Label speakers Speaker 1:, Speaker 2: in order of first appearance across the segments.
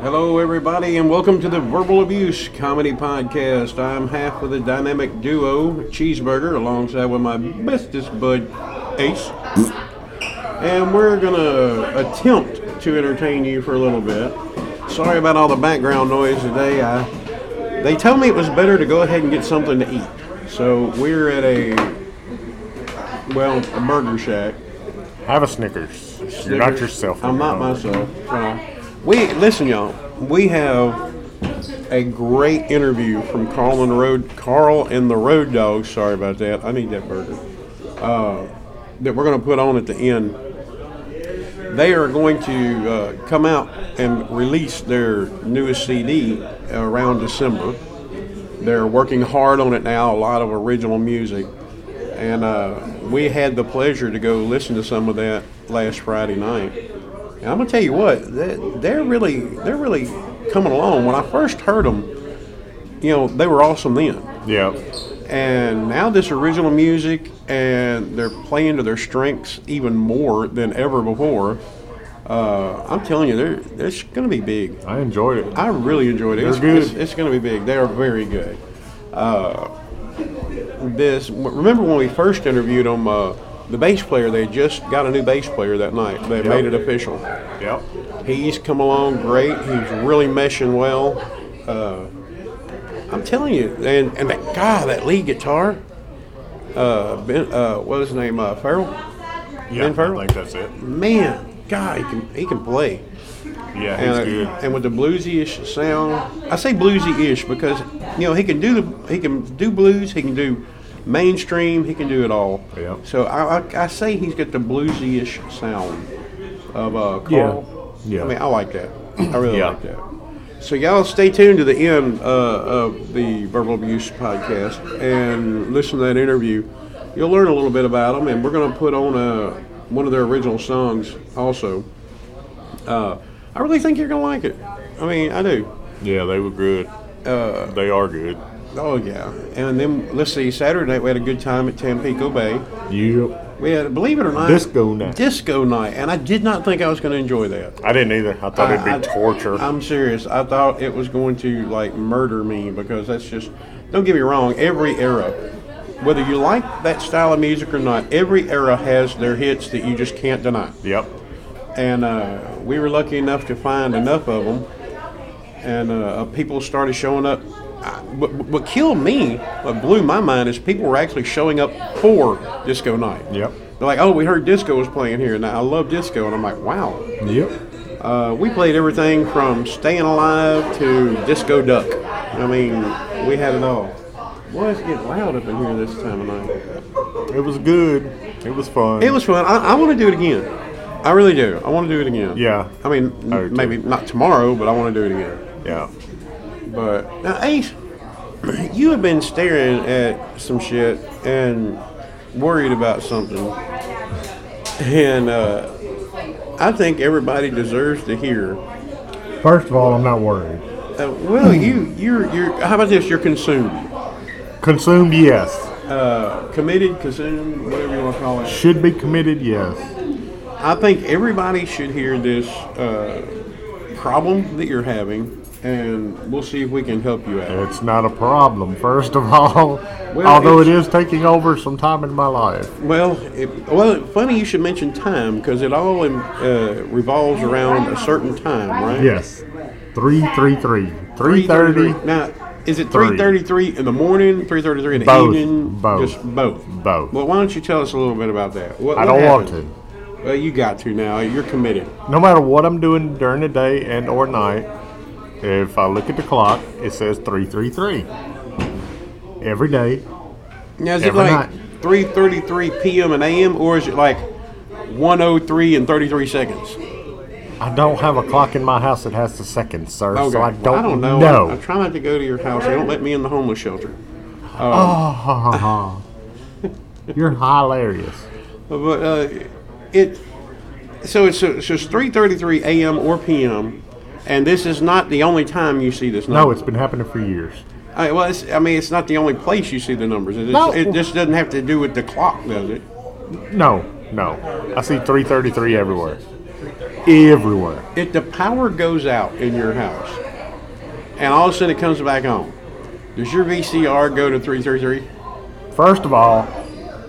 Speaker 1: Hello, everybody, and welcome to the Verbal Abuse Comedy Podcast. I'm half of the dynamic duo Cheeseburger, alongside with my bestest bud Ace, and we're gonna attempt to entertain you for a little bit. Sorry about all the background noise today. I, they told me it was better to go ahead and get something to eat, so we're at a well, a burger shack.
Speaker 2: Have a Snickers. You're not yourself.
Speaker 1: I'm not
Speaker 2: anymore.
Speaker 1: myself. Uh, we listen, y'all. We have a great interview from Carl and the Road Carl and the Road Dogs. Sorry about that. I need that burger. Uh, that we're going to put on at the end. They are going to uh, come out and release their newest CD around December. They're working hard on it now. A lot of original music, and uh, we had the pleasure to go listen to some of that last Friday night. And I'm gonna tell you what, they- they're really they're really coming along. When I first heard them, you know, they were awesome then,
Speaker 2: Yeah.
Speaker 1: and now this original music, and they're playing to their strengths even more than ever before. Uh, I'm telling you, they're they're gonna be big.
Speaker 2: I enjoyed it.
Speaker 1: I really enjoyed it. It's,
Speaker 2: They're good.
Speaker 1: It's, it's going to be big. They are very good. Uh, this remember when we first interviewed them, uh, the bass player. They just got a new bass player that night. They made it official.
Speaker 2: Yep.
Speaker 1: He's come along great. He's really meshing well. Uh, I'm telling you, and and that guy, that lead guitar, uh, ben, uh, what was his name? Uh, Farrell.
Speaker 2: Yeah,
Speaker 1: Ferrell?
Speaker 2: I think that's it.
Speaker 1: Man, God, he can he can play.
Speaker 2: Yeah, he's
Speaker 1: and, uh,
Speaker 2: good.
Speaker 1: and with the bluesy-ish sound, I say bluesy-ish because you know he can do the he can do blues, he can do mainstream, he can do it all.
Speaker 2: Yeah.
Speaker 1: So I, I, I say he's got the bluesy-ish sound of uh, Carl.
Speaker 2: Yeah. Yeah.
Speaker 1: I mean, I like that. I really
Speaker 2: Yeah.
Speaker 1: like that. So y'all stay tuned to the end uh, of the verbal abuse podcast and listen to that interview. You'll learn a little bit about them, and we're going to put on uh, one of their original songs also. Uh, I really think you're gonna like it. I mean, I do.
Speaker 2: yeah, they were good.
Speaker 1: Uh,
Speaker 2: they are good.
Speaker 1: Oh yeah. And then let's see, Saturday night we had a good time at Tampico Bay.
Speaker 2: Yep.
Speaker 1: We had, believe it or not,
Speaker 2: Disco night.
Speaker 1: Disco night, and I did not think I was gonna enjoy that.
Speaker 2: I didn't either. I thought it'd be
Speaker 1: I- I-
Speaker 2: torture.
Speaker 1: I'm serious. I thought it was going to like murder me because that's just. Don't get me wrong. Every era, whether you like that style of music or not, every era has their hits that you just can't deny.
Speaker 2: yep.
Speaker 1: and uh, we were lucky enough to find enough of them. And uh, people started showing up. I, what, what killed me, what blew my mind, is people were actually showing up for disco night.
Speaker 2: Yep.
Speaker 1: They're like, "Oh, we heard disco was playing here, and I love disco." And I'm like, "Wow!"
Speaker 2: Yep.
Speaker 1: Uh, we played everything from "Staying Alive" to "Disco Duck." I mean, we had it all. Boy, it's getting loud up in here this time of night.
Speaker 2: It was good. It was fun.
Speaker 1: It was fun. I, I want to do it again. I really do. I want to do it again.
Speaker 2: Yeah.
Speaker 1: I mean,
Speaker 2: I do, too.
Speaker 1: maybe not tomorrow, but I want to do it again.
Speaker 2: Yeah.
Speaker 1: But now, Ace, you have been staring at some shit and worried about something, and uh, I think everybody deserves to hear.
Speaker 3: First of all, I'm not worried.
Speaker 1: Uh, well, you, you're, you're. How about this? You're consumed,
Speaker 2: Consumed, yes.
Speaker 1: uh, committed, consumed, whatever you want to call it.
Speaker 2: Should be committed, yes.
Speaker 1: I think everybody should hear this uh, problem that you're having, and we'll see if we can help you out.
Speaker 2: It's not a problem, first of all.
Speaker 1: Well,
Speaker 2: although it
Speaker 1: it's-
Speaker 2: is taking over some time in my life.
Speaker 1: Well, it, well, funny you should mention time because it all um, uh, revolves around a certain time, right?
Speaker 2: Yes. Three three three. Three thirty.
Speaker 1: Now, is it
Speaker 2: Three.
Speaker 1: three thirty-three in the morning? Three thirty-three in the
Speaker 2: Both.
Speaker 1: evening?
Speaker 2: Both.
Speaker 1: Just both.
Speaker 2: Both.
Speaker 1: Well, why don't you tell us a little bit about that? What,
Speaker 2: I
Speaker 1: what
Speaker 2: don't want
Speaker 1: happened? Well, you got to now. You're committed.
Speaker 2: No matter what I'm doing during the day and or night, if I look at the clock, it says three three three. Every day.
Speaker 1: Now, is
Speaker 2: Every
Speaker 1: it
Speaker 2: night.
Speaker 1: like three thirty-three p.m. and a.m. or is it like one oh three and thirty-three seconds?
Speaker 2: I don't have a clock in my house that has the seconds, sir.
Speaker 1: Okay.
Speaker 2: So I
Speaker 1: Well,
Speaker 2: don't,
Speaker 1: I don't know.
Speaker 2: know.
Speaker 1: I, I try not to go to your house. They don't let me in the homeless shelter.
Speaker 2: Ah. You're hilarious.
Speaker 1: But uh, it so it's so it's three thirty three a.m. or p.m. And this is not the only time you see this
Speaker 2: No,
Speaker 1: number.
Speaker 2: it's been happening for years.
Speaker 1: I, well, it's, I mean, it's not the only place you see the numbers. It,
Speaker 2: No.
Speaker 1: it just doesn't have to do with the clock, does it?
Speaker 2: No, no. I see three thirty three everywhere. everywhere.
Speaker 1: if the power goes out in your house and all of a sudden it comes back on, does your VCR go to 333?
Speaker 2: First of all,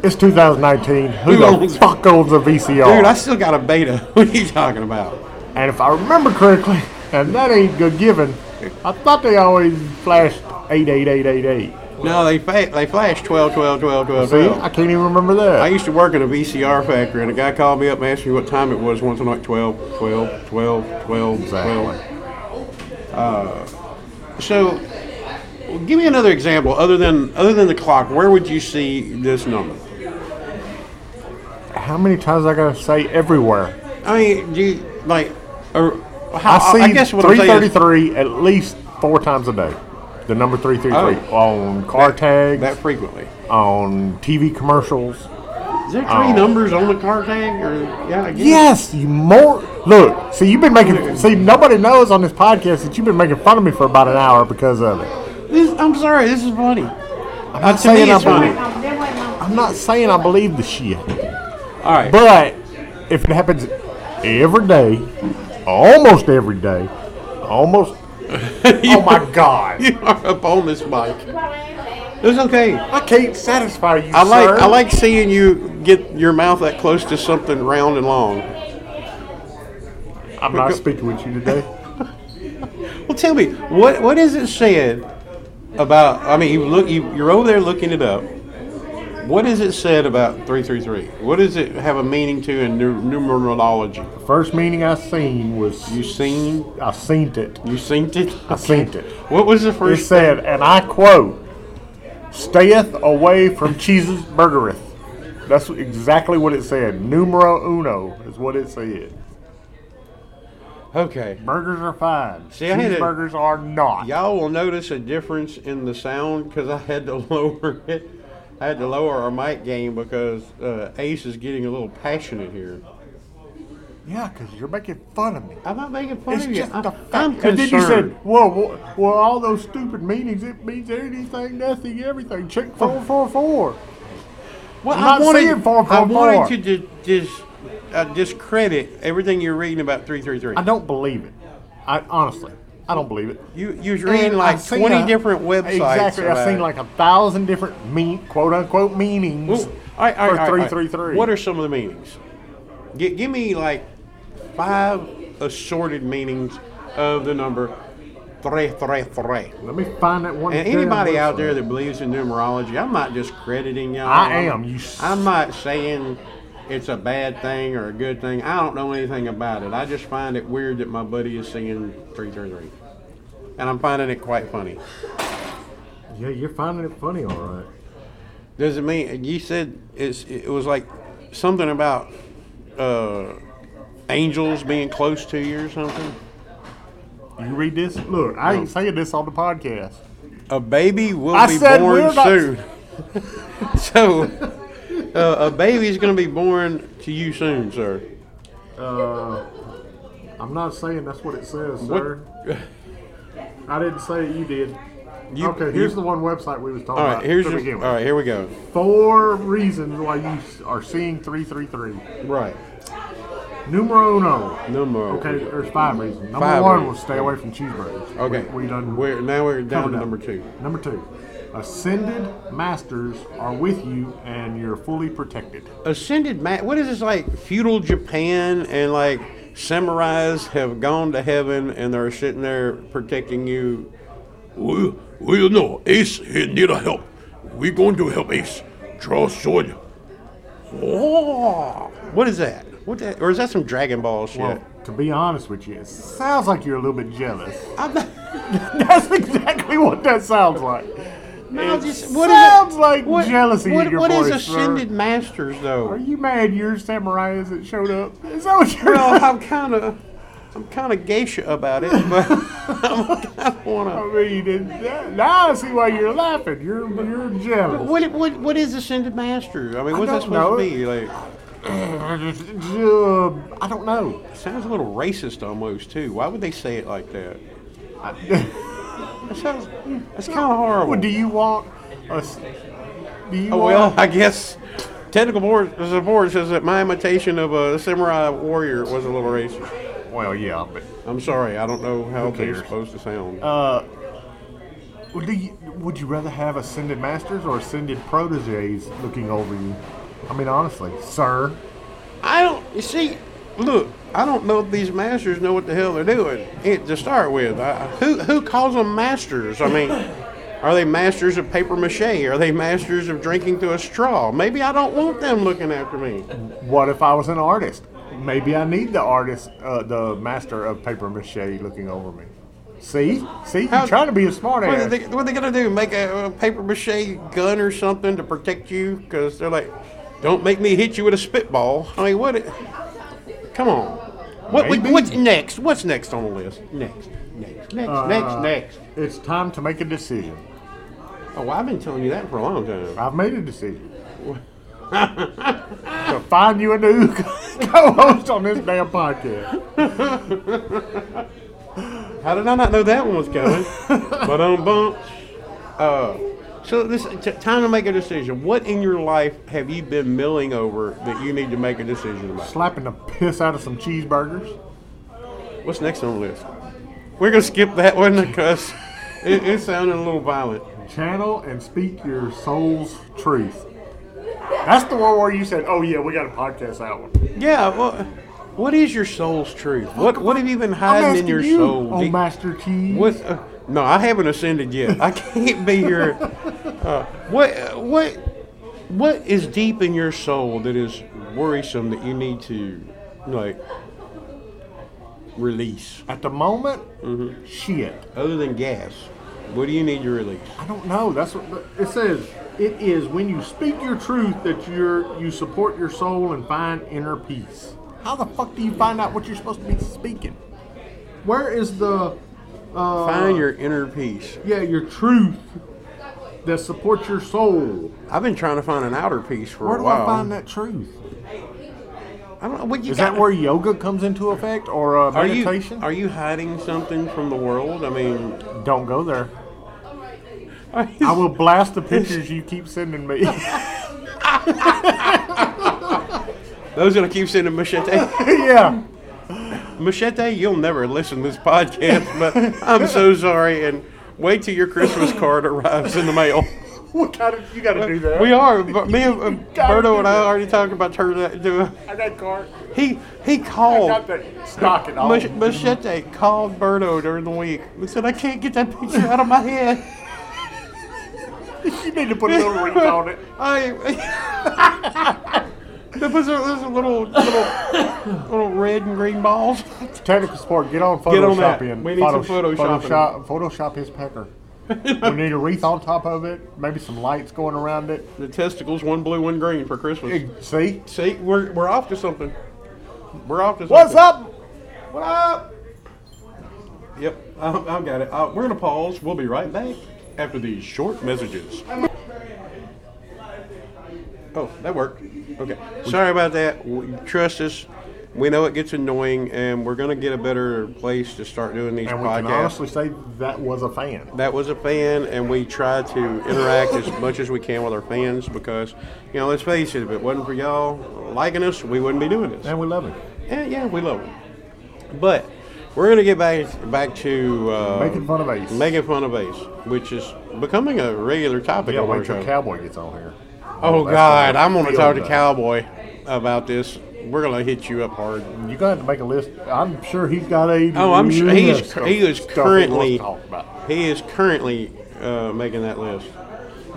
Speaker 2: it's 2019. Who,
Speaker 1: Who
Speaker 2: the
Speaker 1: owns-
Speaker 2: fuck owns a VCR?
Speaker 1: Dude, I still got a beta. What are you talking about?
Speaker 2: and if I remember correctly, and that ain't good given, I thought they always flashed 88888.
Speaker 1: No, they fa- they flash 12, 12, 12, 12,
Speaker 2: See, I
Speaker 1: 12.
Speaker 2: can't even remember
Speaker 1: I
Speaker 2: that.
Speaker 1: used to work at a VCR factory, and a guy called me up and asked me what time it was once a night 12, 12, 12, 12,
Speaker 2: Exactly.
Speaker 1: 12. Uh, So, well, give me another example other than other than the clock. Where would you see this number?
Speaker 2: How many times I gotta say everywhere?
Speaker 1: I mean, do you like? Or how,
Speaker 2: I see
Speaker 1: guess what I'm saying is-
Speaker 2: 333 at least four times a day. The number 333 on car tags,
Speaker 1: Oh. that frequently.
Speaker 2: on TV commercials.
Speaker 1: Is there
Speaker 2: Oh.
Speaker 1: three numbers on the car tag? Or yeah, I guess.
Speaker 2: Yes, you more look. See, you've been making. See, nobody knows on this podcast that you've been making fun of me for about an hour because of it.
Speaker 1: This, I'm sorry, this is funny. Uh,
Speaker 2: I'm not
Speaker 1: to me,
Speaker 2: saying I
Speaker 1: it's funny.
Speaker 2: believe. I'm not saying I believe the shit,
Speaker 1: All right,
Speaker 2: but if it happens every day, almost every day, almost. oh my god!
Speaker 1: you are up on this mic. It's okay.
Speaker 2: I can't satisfy you,
Speaker 1: I like
Speaker 2: sir.
Speaker 1: I like seeing you get your mouth that close to something round and long.
Speaker 2: I'm not speaking with you today.
Speaker 1: Well, tell me what what is it said about? I mean, you look you, you're over there looking it up. What is it said about three three three? What does it have a meaning to in nu- numerology?
Speaker 2: First meeting I seen was
Speaker 1: You seen
Speaker 2: I seen it.
Speaker 1: you seen it?
Speaker 2: I seen it.
Speaker 1: What was the
Speaker 2: It
Speaker 1: first?
Speaker 2: said, and I quote, "Stayeth away from cheeses burgereth." That's exactly what it said. Numero uno is what it said.
Speaker 1: Okay.
Speaker 2: Burgers are fine.
Speaker 1: See, I had a-
Speaker 2: Cheeseburgers are not.
Speaker 1: Y'all will notice a difference in the sound because I had to lower it. I had to lower our mic game because uh, Ace is getting a little passionate here.
Speaker 2: Yeah, because you're making fun of me.
Speaker 1: I'm not making fun
Speaker 2: It's
Speaker 1: of you.
Speaker 2: just
Speaker 1: I'm,
Speaker 2: the fact.
Speaker 1: I'm
Speaker 2: and then you
Speaker 1: concerned.
Speaker 2: said, "Well, well, well, all those stupid meetings. It means anything, nothing, everything." Check four four four.
Speaker 1: Well,
Speaker 2: I'm
Speaker 1: I
Speaker 2: not
Speaker 1: wanted,
Speaker 2: saying four, four,
Speaker 1: I wanted
Speaker 2: four.
Speaker 1: to di- dis, uh, discredit everything you're reading about 333.
Speaker 2: I don't believe it. I honestly, I don't believe it.
Speaker 1: you you was
Speaker 2: And
Speaker 1: reading like
Speaker 2: I've seen
Speaker 1: 20
Speaker 2: a-
Speaker 1: different websites.
Speaker 2: Exactly, I've
Speaker 1: about
Speaker 2: seen
Speaker 1: it.
Speaker 2: like a thousand different mean, quote unquote meanings
Speaker 1: Well, all right, all right, all
Speaker 2: for
Speaker 1: right, all
Speaker 2: three
Speaker 1: right.
Speaker 2: three three.
Speaker 1: What are some of the meanings? G- give me like five assorted meanings of the number three, three, three.
Speaker 2: Let me find that one.
Speaker 1: And
Speaker 2: damn
Speaker 1: anybody out
Speaker 2: website.
Speaker 1: there that believes in numerology, I'm not discrediting y'all.
Speaker 2: I am, you s-
Speaker 1: I'm not saying it's a bad thing or a good thing. I don't know anything about it. I just find it weird that my buddy is seeing 333. And I'm finding it quite funny.
Speaker 2: Yeah, you're finding it funny, all right.
Speaker 1: Does it mean you said it's it was like something about uh, angels being close to you or something?
Speaker 2: You read this? Look, I ain't saying this on the podcast.
Speaker 1: A baby will
Speaker 2: I
Speaker 1: be
Speaker 2: said
Speaker 1: born
Speaker 2: we're not-
Speaker 1: soon. so uh, a baby's going to be born to you soon, sir.
Speaker 2: I'm not saying that's what it says, sir. I didn't say it. You did.
Speaker 1: You-
Speaker 2: okay, here's
Speaker 1: you-
Speaker 2: the one website we was talking
Speaker 1: All right,
Speaker 2: about.
Speaker 1: here's
Speaker 2: to
Speaker 1: your,
Speaker 2: begin with.
Speaker 1: all right. Here we go.
Speaker 2: Four reasons why you s- are seeing three three three.
Speaker 1: Right.
Speaker 2: Numero uno.
Speaker 1: No more.
Speaker 2: Okay, there's five reasons. Number
Speaker 1: Five
Speaker 2: one
Speaker 1: reasons.
Speaker 2: was stay away from cheeseburgers.
Speaker 1: Okay.
Speaker 2: We, we done.
Speaker 1: We're, now we're down
Speaker 2: covered
Speaker 1: to
Speaker 2: that.
Speaker 1: number two.
Speaker 2: Number two, ascended masters are with you and you're fully protected.
Speaker 1: Ascended man. What is this like? Feudal Japan and like samurais have gone to heaven and they're sitting there protecting you.
Speaker 4: Well, well, no. Ace he need a help. we going to help Ace. Draw sword.
Speaker 1: Oh, what is that? What that? Or is that some Dragon Ball shit?
Speaker 2: Well, to be honest with you, it sounds like you're a little bit jealous.
Speaker 1: I'm not,
Speaker 2: That's exactly what that sounds like.
Speaker 1: no,
Speaker 2: It
Speaker 1: just, what is
Speaker 2: sounds
Speaker 1: it-
Speaker 2: like
Speaker 1: what-
Speaker 2: jealousy
Speaker 1: What,
Speaker 2: in your
Speaker 1: what is
Speaker 2: voice, sir.
Speaker 1: ascended masters
Speaker 2: Are
Speaker 1: though?
Speaker 2: you mad your samurai isn't showed up? Is that what you're
Speaker 1: Well, I'm kind of, I'm kind of geisha about it, but I don't want to.
Speaker 2: I mean, it, that, now I see why you're laughing. You're you're jealous.
Speaker 1: What what what is ascended master? I mean, what's that
Speaker 2: don't
Speaker 1: supposed to
Speaker 2: know.
Speaker 1: be? Like,
Speaker 2: Uh, I don't know.
Speaker 1: sounds a little racist almost too. Why would they say it like that? that sounds that's kind of horrible.
Speaker 2: Well, Uh, do you want us? Do you
Speaker 1: Oh, well,
Speaker 2: want?
Speaker 1: I guess technical board support says that my imitation of a samurai warrior was a little racist.
Speaker 2: Well, yeah, but
Speaker 1: I'm sorry, I don't know how they're
Speaker 2: cares?
Speaker 1: supposed to sound.
Speaker 2: Would you, would you rather have ascended masters or ascended proteges looking over you? I mean, honestly, sir.
Speaker 1: I don't. You see, look, I don't know if these masters know what the hell they're doing. It, to start with, I, who who calls them masters? I mean, are they masters of paper mache? Are they masters of drinking to a straw? Maybe I don't want them looking after me.
Speaker 2: What if I was an artist? Maybe I need the artist, uh, the master of paper mache looking over me. See, see,
Speaker 1: How-
Speaker 2: you're trying to be a smart
Speaker 1: What are
Speaker 2: ass.
Speaker 1: they, what are they gonna do? Make a, a paper mache gun or something to protect you? Because they're like, don't make me hit you with a spitball. I mean, what? It, come on. What,
Speaker 2: Maybe.
Speaker 1: what's next? What's next on the list? Next, next, next, next, next.
Speaker 2: It's time to make a decision.
Speaker 1: Oh, I've been telling you that for a long time.
Speaker 2: I've made a decision. to find you a new co-host on this damn podcast.
Speaker 1: How did I not know that one was coming? but um, bump. Uh, so this t- time to make a decision. What in your life have you been milling over that you need to make a decision about?
Speaker 2: Slapping the piss out of some cheeseburgers.
Speaker 1: What's next on the list? We're gonna skip that one because it, it sounded a little violent.
Speaker 2: Channel and speak your soul's truth. That's the one where you said, "Oh yeah, we got a podcast out." One.
Speaker 1: Yeah. Well, what is your soul's truth? What What have you been hiding in your
Speaker 2: you,
Speaker 1: soul?
Speaker 2: oh
Speaker 1: Do-
Speaker 2: Master Keys.
Speaker 1: What? Uh, no, I haven't ascended yet. I can't be here. Uh, what? What? What is deep in your soul that is worrisome that you need to, like, release?
Speaker 2: At the moment,
Speaker 1: Mm-hmm.
Speaker 2: shit.
Speaker 1: Other than gas, what do you need to release?
Speaker 2: I don't know. That's what but it says. It is when you speak your truth that you're you support your soul and find inner peace. How the fuck do you find out what you're supposed to be speaking? Where is the uh,
Speaker 1: Find your inner peace.
Speaker 2: yeah your truth that supports your soul?
Speaker 1: I've been trying to find an outer peace for
Speaker 2: Where
Speaker 1: a
Speaker 2: do
Speaker 1: while.
Speaker 2: I find that truth?
Speaker 1: I don't know. What you
Speaker 2: Is that
Speaker 1: got-
Speaker 2: where yoga comes into effect or uh,
Speaker 1: Are you
Speaker 2: meditation?
Speaker 1: are you hiding something from the world? I mean,
Speaker 2: don't go there.
Speaker 1: are you-
Speaker 2: I will blast the pictures you keep sending me.
Speaker 1: those that keep sending machete.
Speaker 2: yeah.
Speaker 1: Machete, you'll never listen to this podcast, but I'm so sorry. And wait till your Christmas card arrives in the mail.
Speaker 2: What kind of you got to do that?
Speaker 1: We are. But me and uh,
Speaker 2: gotta
Speaker 1: Berto
Speaker 2: do
Speaker 1: and I
Speaker 2: that.
Speaker 1: already talked about turning that into a-
Speaker 2: I got cart.
Speaker 1: He he
Speaker 2: I got
Speaker 1: called.
Speaker 2: that stock and all.
Speaker 1: Mach- Machete called Berto during the week and said, I can't get that picture out of my head.
Speaker 2: You need to put a little ring on it.
Speaker 1: I. There was a, there's a little, little, little red and green balls.
Speaker 2: Technical support, get on Photoshop
Speaker 1: Get on that.
Speaker 2: in.
Speaker 1: We need some
Speaker 2: Photosh-
Speaker 1: Photoshopping.
Speaker 2: Photoshop, Photoshop his pecker. we need a wreath on top of it, maybe some lights going around it.
Speaker 1: The testicles, one blue, one green for Christmas.
Speaker 2: Eh, See?
Speaker 1: See, we're, we're off to something. We're off to something.
Speaker 2: What's up?
Speaker 1: What up? Yep, I, I got it. Uh, we're gonna pause. We'll be right back after these short messages. Oh, that worked. Okay. Sorry about that. W- Trust us. We know it gets annoying, and we're gonna get a better place to start doing these
Speaker 2: And we can
Speaker 1: podcasts.
Speaker 2: honestly say that was a fan.
Speaker 1: that was a fan, and we try to interact as much as we can with our fans because, you know, let's face it, if it wasn't for y'all liking us, we wouldn't be doing this.
Speaker 2: And we love it.
Speaker 1: Yeah, yeah, we love them. But we're gonna get back back to uh,
Speaker 2: Making fun of Ace.
Speaker 1: making fun of Ace, which is becoming a regular topic.
Speaker 2: Yeah,
Speaker 1: on our
Speaker 2: wait till
Speaker 1: show.
Speaker 2: Cowboy gets on here.
Speaker 1: oh
Speaker 2: That's
Speaker 1: God,
Speaker 2: gonna
Speaker 1: I'm gonna
Speaker 2: feel
Speaker 1: talk to
Speaker 2: that.
Speaker 1: Cowboy about this. We're gonna hit you up hard.
Speaker 2: You're gonna have to make a list. I'm sure he's got a.
Speaker 1: Oh, I'm sure he is.
Speaker 2: list of
Speaker 1: He is
Speaker 2: stuff
Speaker 1: currently.
Speaker 2: He, wants to talk about.
Speaker 1: He is currently uh, making that list.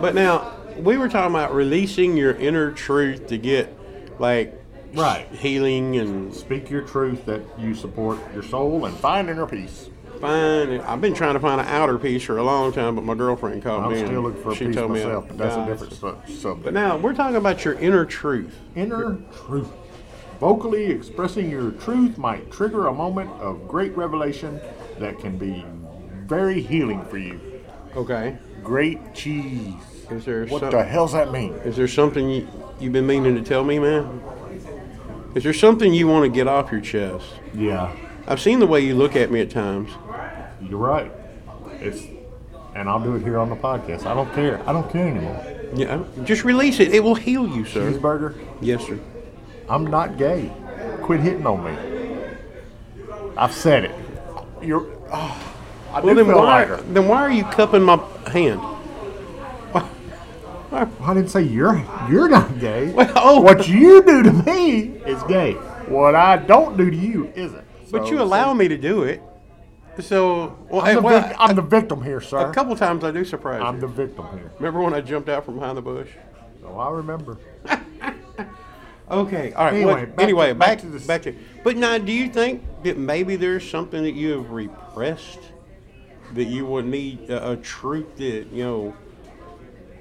Speaker 1: But now we were talking about releasing your inner truth to get like
Speaker 2: Right.
Speaker 1: healing and
Speaker 2: Speak your truth that you support your soul and find inner peace.
Speaker 1: Fine. I've been trying to find an outer piece for a long time, but my girlfriend called
Speaker 2: I'm
Speaker 1: me. and
Speaker 2: still looking for a
Speaker 1: she
Speaker 2: piece
Speaker 1: told me
Speaker 2: myself,
Speaker 1: I-
Speaker 2: but that's
Speaker 1: nah.
Speaker 2: a different su- subject.
Speaker 1: But now we're talking about your inner truth.
Speaker 2: Inner truth. Vocally expressing your truth might trigger a moment of great revelation that can be very healing for you.
Speaker 1: Okay.
Speaker 2: Great cheese.
Speaker 1: Is there
Speaker 2: What
Speaker 1: some-
Speaker 2: the hell's that mean?
Speaker 1: Is there something you, you've been meaning to tell me, man? Is there something you want to get off your chest?
Speaker 2: Yeah,
Speaker 1: I've seen the way you look at me at times.
Speaker 2: you're right. It's, and I'll do it here on the podcast. I don't care. I don't care anymore.
Speaker 1: Yeah. Just release it. It will heal you, sir.
Speaker 2: Cheeseburger,
Speaker 1: Yes, sir.
Speaker 2: I'm not gay. Quit hitting on me. I've said it. You're. ah, I
Speaker 1: Well,
Speaker 2: do
Speaker 1: then
Speaker 2: feel
Speaker 1: why,
Speaker 2: lighter.
Speaker 1: then why are you cupping my hand?
Speaker 2: I didn't say you're you're not gay.
Speaker 1: Well, oh.
Speaker 2: What you do to me is gay. What I don't do to you isn't.
Speaker 1: But
Speaker 2: So-
Speaker 1: you allow me to do it. So, well,
Speaker 2: I'm,
Speaker 1: hey,
Speaker 2: the,
Speaker 1: well,
Speaker 2: vic- I'm the victim here,
Speaker 1: a
Speaker 2: sir.
Speaker 1: couple times I do surprise
Speaker 2: I'm
Speaker 1: you.
Speaker 2: the victim here.
Speaker 1: Remember when I jumped out from behind the bush?
Speaker 2: Oh, I remember.
Speaker 1: Okay, all right.
Speaker 2: Anyway,
Speaker 1: well,
Speaker 2: back to-
Speaker 1: anyway,
Speaker 2: back
Speaker 1: back,
Speaker 2: to this-
Speaker 1: back to. But now, do you think that maybe there's something that you have repressed that you would need a, a truth that you know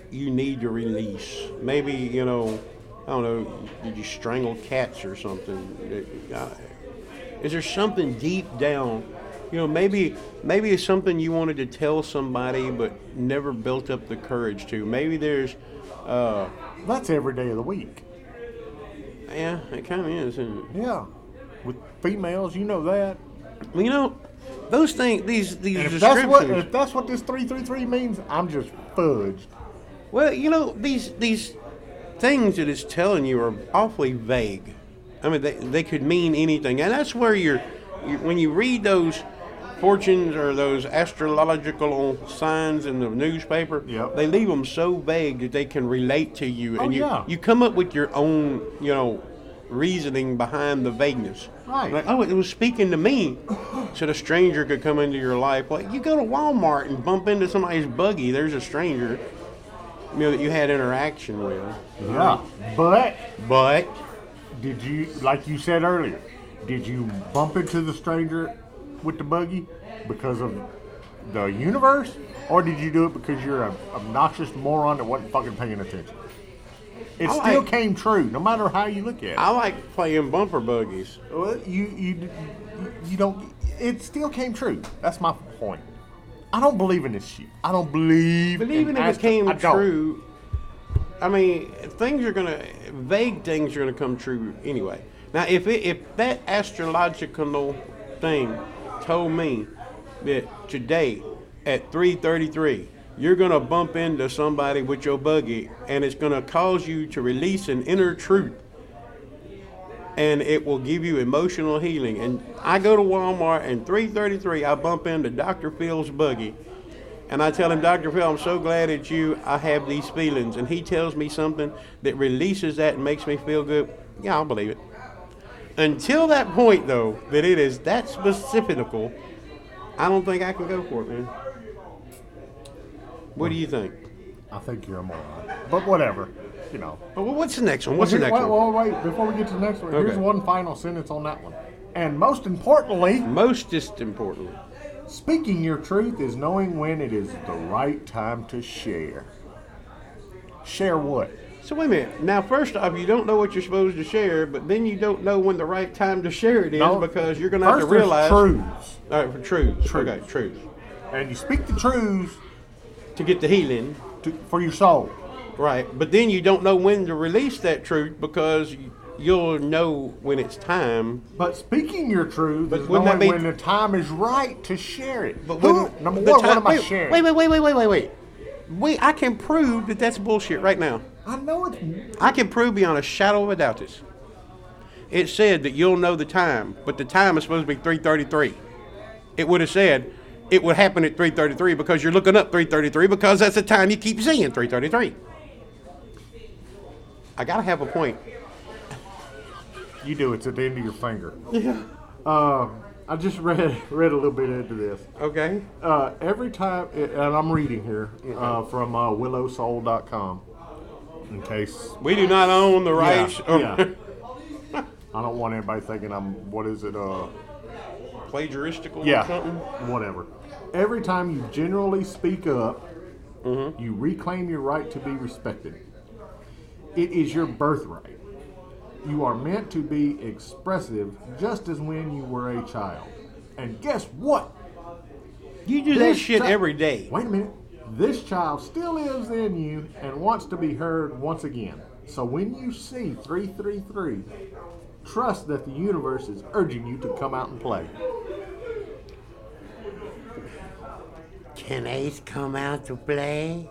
Speaker 1: you need to release? Maybe you know, I don't know. Did you strangle cats or something? Uh, Is there something deep down? You know, maybe maybe it's something you wanted to tell somebody but never built up the courage to. Maybe there's. Uh,
Speaker 2: That's every day of the week.
Speaker 1: yeah, it kind of is, isn't it?
Speaker 2: Yeah. With females, you know that.
Speaker 1: Well, you know, those things, these these
Speaker 2: And if that's
Speaker 1: descriptions.
Speaker 2: what if that's what this three three three means, I'm just fudged.
Speaker 1: well, you know, these these things that it's telling you are awfully vague. I mean, they, they could mean anything, and that's where you're you, when you read those fortunes or those astrological signs in the newspaper.
Speaker 2: Yep. Oh,
Speaker 1: They leave them so vague that they can relate to you, and you
Speaker 2: yeah.
Speaker 1: you come up with your own, you know. Reasoning behind the vagueness,
Speaker 2: Right.
Speaker 1: Like, oh, it was speaking to me. So the stranger could come into your life. Like you go to Walmart and bump into somebody's buggy. There's a stranger, you know, that you had interaction with.
Speaker 2: Yeah. But
Speaker 1: But
Speaker 2: did you like you said earlier, did you bump into the stranger with the buggy because of the universe? Or did you do it because you're an obnoxious moron that wasn't fucking paying attention? It
Speaker 1: I
Speaker 2: still
Speaker 1: like-
Speaker 2: came true, no matter how you look at it.
Speaker 1: I like playing bumper buggies.
Speaker 2: Well, you you you don't. It still came true. That's my point. I don't believe in this shit. I don't believe.
Speaker 1: But
Speaker 2: in
Speaker 1: even if it
Speaker 2: astro-
Speaker 1: came
Speaker 2: I don't.
Speaker 1: true, I mean, things are gonna vague things are gonna come true anyway. Now, if it, if that astrological thing told me that today at 3:33 you're gonna bump into somebody with your buggy and it's gonna cause you to release an inner truth. And it will give you emotional healing. And I go to Walmart and 3:33, I bump into Dr. Phil's buggy, and I tell him, Dr. Phil, I'm so glad it's you. I have these feelings. And he tells me something that releases that and makes me feel good. Yeah, I'll believe it. Until that point, though, that it is that specifical, I don't think I can go for it, man. What do you think?
Speaker 2: I think you're a moron. But whatever, you know.
Speaker 1: Oh, Well, what's the next one? What's the
Speaker 2: Here-
Speaker 1: next
Speaker 2: wait,
Speaker 1: one?
Speaker 2: Wait, wait, Before we get to the next one, here's
Speaker 1: Okay.
Speaker 2: one final sentence on that one. And most importantly,
Speaker 1: Most just important.
Speaker 2: speaking your truth is knowing when it is the right time to share. Share what?
Speaker 1: So wait a minute. Now, first off, you don't know what you're supposed to share, but then you don't know when the right time to share it is
Speaker 2: No,
Speaker 1: because you're going to have to
Speaker 2: first there's
Speaker 1: realize.
Speaker 2: truths,
Speaker 1: All right, for truths.
Speaker 2: Truth.
Speaker 1: Okay, truths.
Speaker 2: and you speak the truths
Speaker 1: To get the healing.
Speaker 2: to, for your soul.
Speaker 1: Right, but then you don't know when to release that truth because y- you'll know when it's time.
Speaker 2: But speaking your truth
Speaker 1: But
Speaker 2: is
Speaker 1: wouldn't that
Speaker 2: knowing
Speaker 1: be-
Speaker 2: when the time is right to share it.
Speaker 1: But
Speaker 2: Who,
Speaker 1: when
Speaker 2: number
Speaker 1: the
Speaker 2: one, what
Speaker 1: time-
Speaker 2: am I
Speaker 1: wait,
Speaker 2: sharing?
Speaker 1: Wait, wait, wait, wait, wait, wait, wait. Wait, I can prove that that's bullshit right now.
Speaker 2: I know it's
Speaker 1: I can prove beyond a shadow of a doubt this. It said that you'll know the time, but the time is supposed to be 3:33. It would have said it would happen at 3:33 because you're looking up 3:33 because that's the time you keep seeing 3:33. I gotta have a point.
Speaker 2: you do. It's at the end of your finger. Yeah. Um, I just read read a little bit into this.
Speaker 1: Okay.
Speaker 2: Uh, every time, and I'm reading here uh, from uh, WillowSoul.com. In case,
Speaker 1: We do not own the rights.
Speaker 2: yeah, yeah. I don't want anybody thinking I'm. What is it? Uh,
Speaker 1: plagiaristical
Speaker 2: yeah,
Speaker 1: or something.
Speaker 2: whatever. Every time you generally speak up, you reclaim your right to be respected. It is your birthright. You are meant to be expressive just as when you were a child. And guess what?
Speaker 1: You do that
Speaker 2: This
Speaker 1: shit
Speaker 2: chi-
Speaker 1: every day.
Speaker 2: Wait a minute. This child still lives in you and wants to be heard once again. So when you see 333, trust that the universe is urging you to come out and play.
Speaker 5: Can Ace come out to play?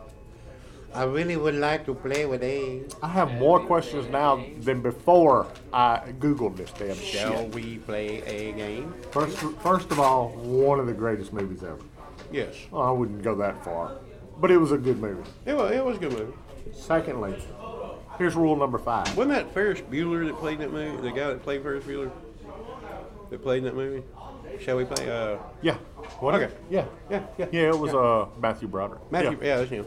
Speaker 5: I really would like to play with Ace.
Speaker 2: I have more questions now than before I Googled this damn
Speaker 5: Shall
Speaker 2: shit.
Speaker 5: we play a game?
Speaker 2: First, first of all, one of the greatest movies ever.
Speaker 1: Yes.
Speaker 2: Well, I wouldn't go that far, but it was a good movie.
Speaker 1: It was, it was a good movie.
Speaker 2: Secondly, here's rule number five.
Speaker 1: Wasn't that Ferris Bueller that played in that movie? The guy that played Ferris Bueller? That played in that movie? Shall we play? Uh,
Speaker 2: Yeah. What?
Speaker 1: Okay.
Speaker 2: Yeah.
Speaker 1: yeah, yeah.
Speaker 2: Yeah, it was uh, Matthew Broderick.
Speaker 1: Matthew,
Speaker 2: Yeah.
Speaker 1: yeah, that's him.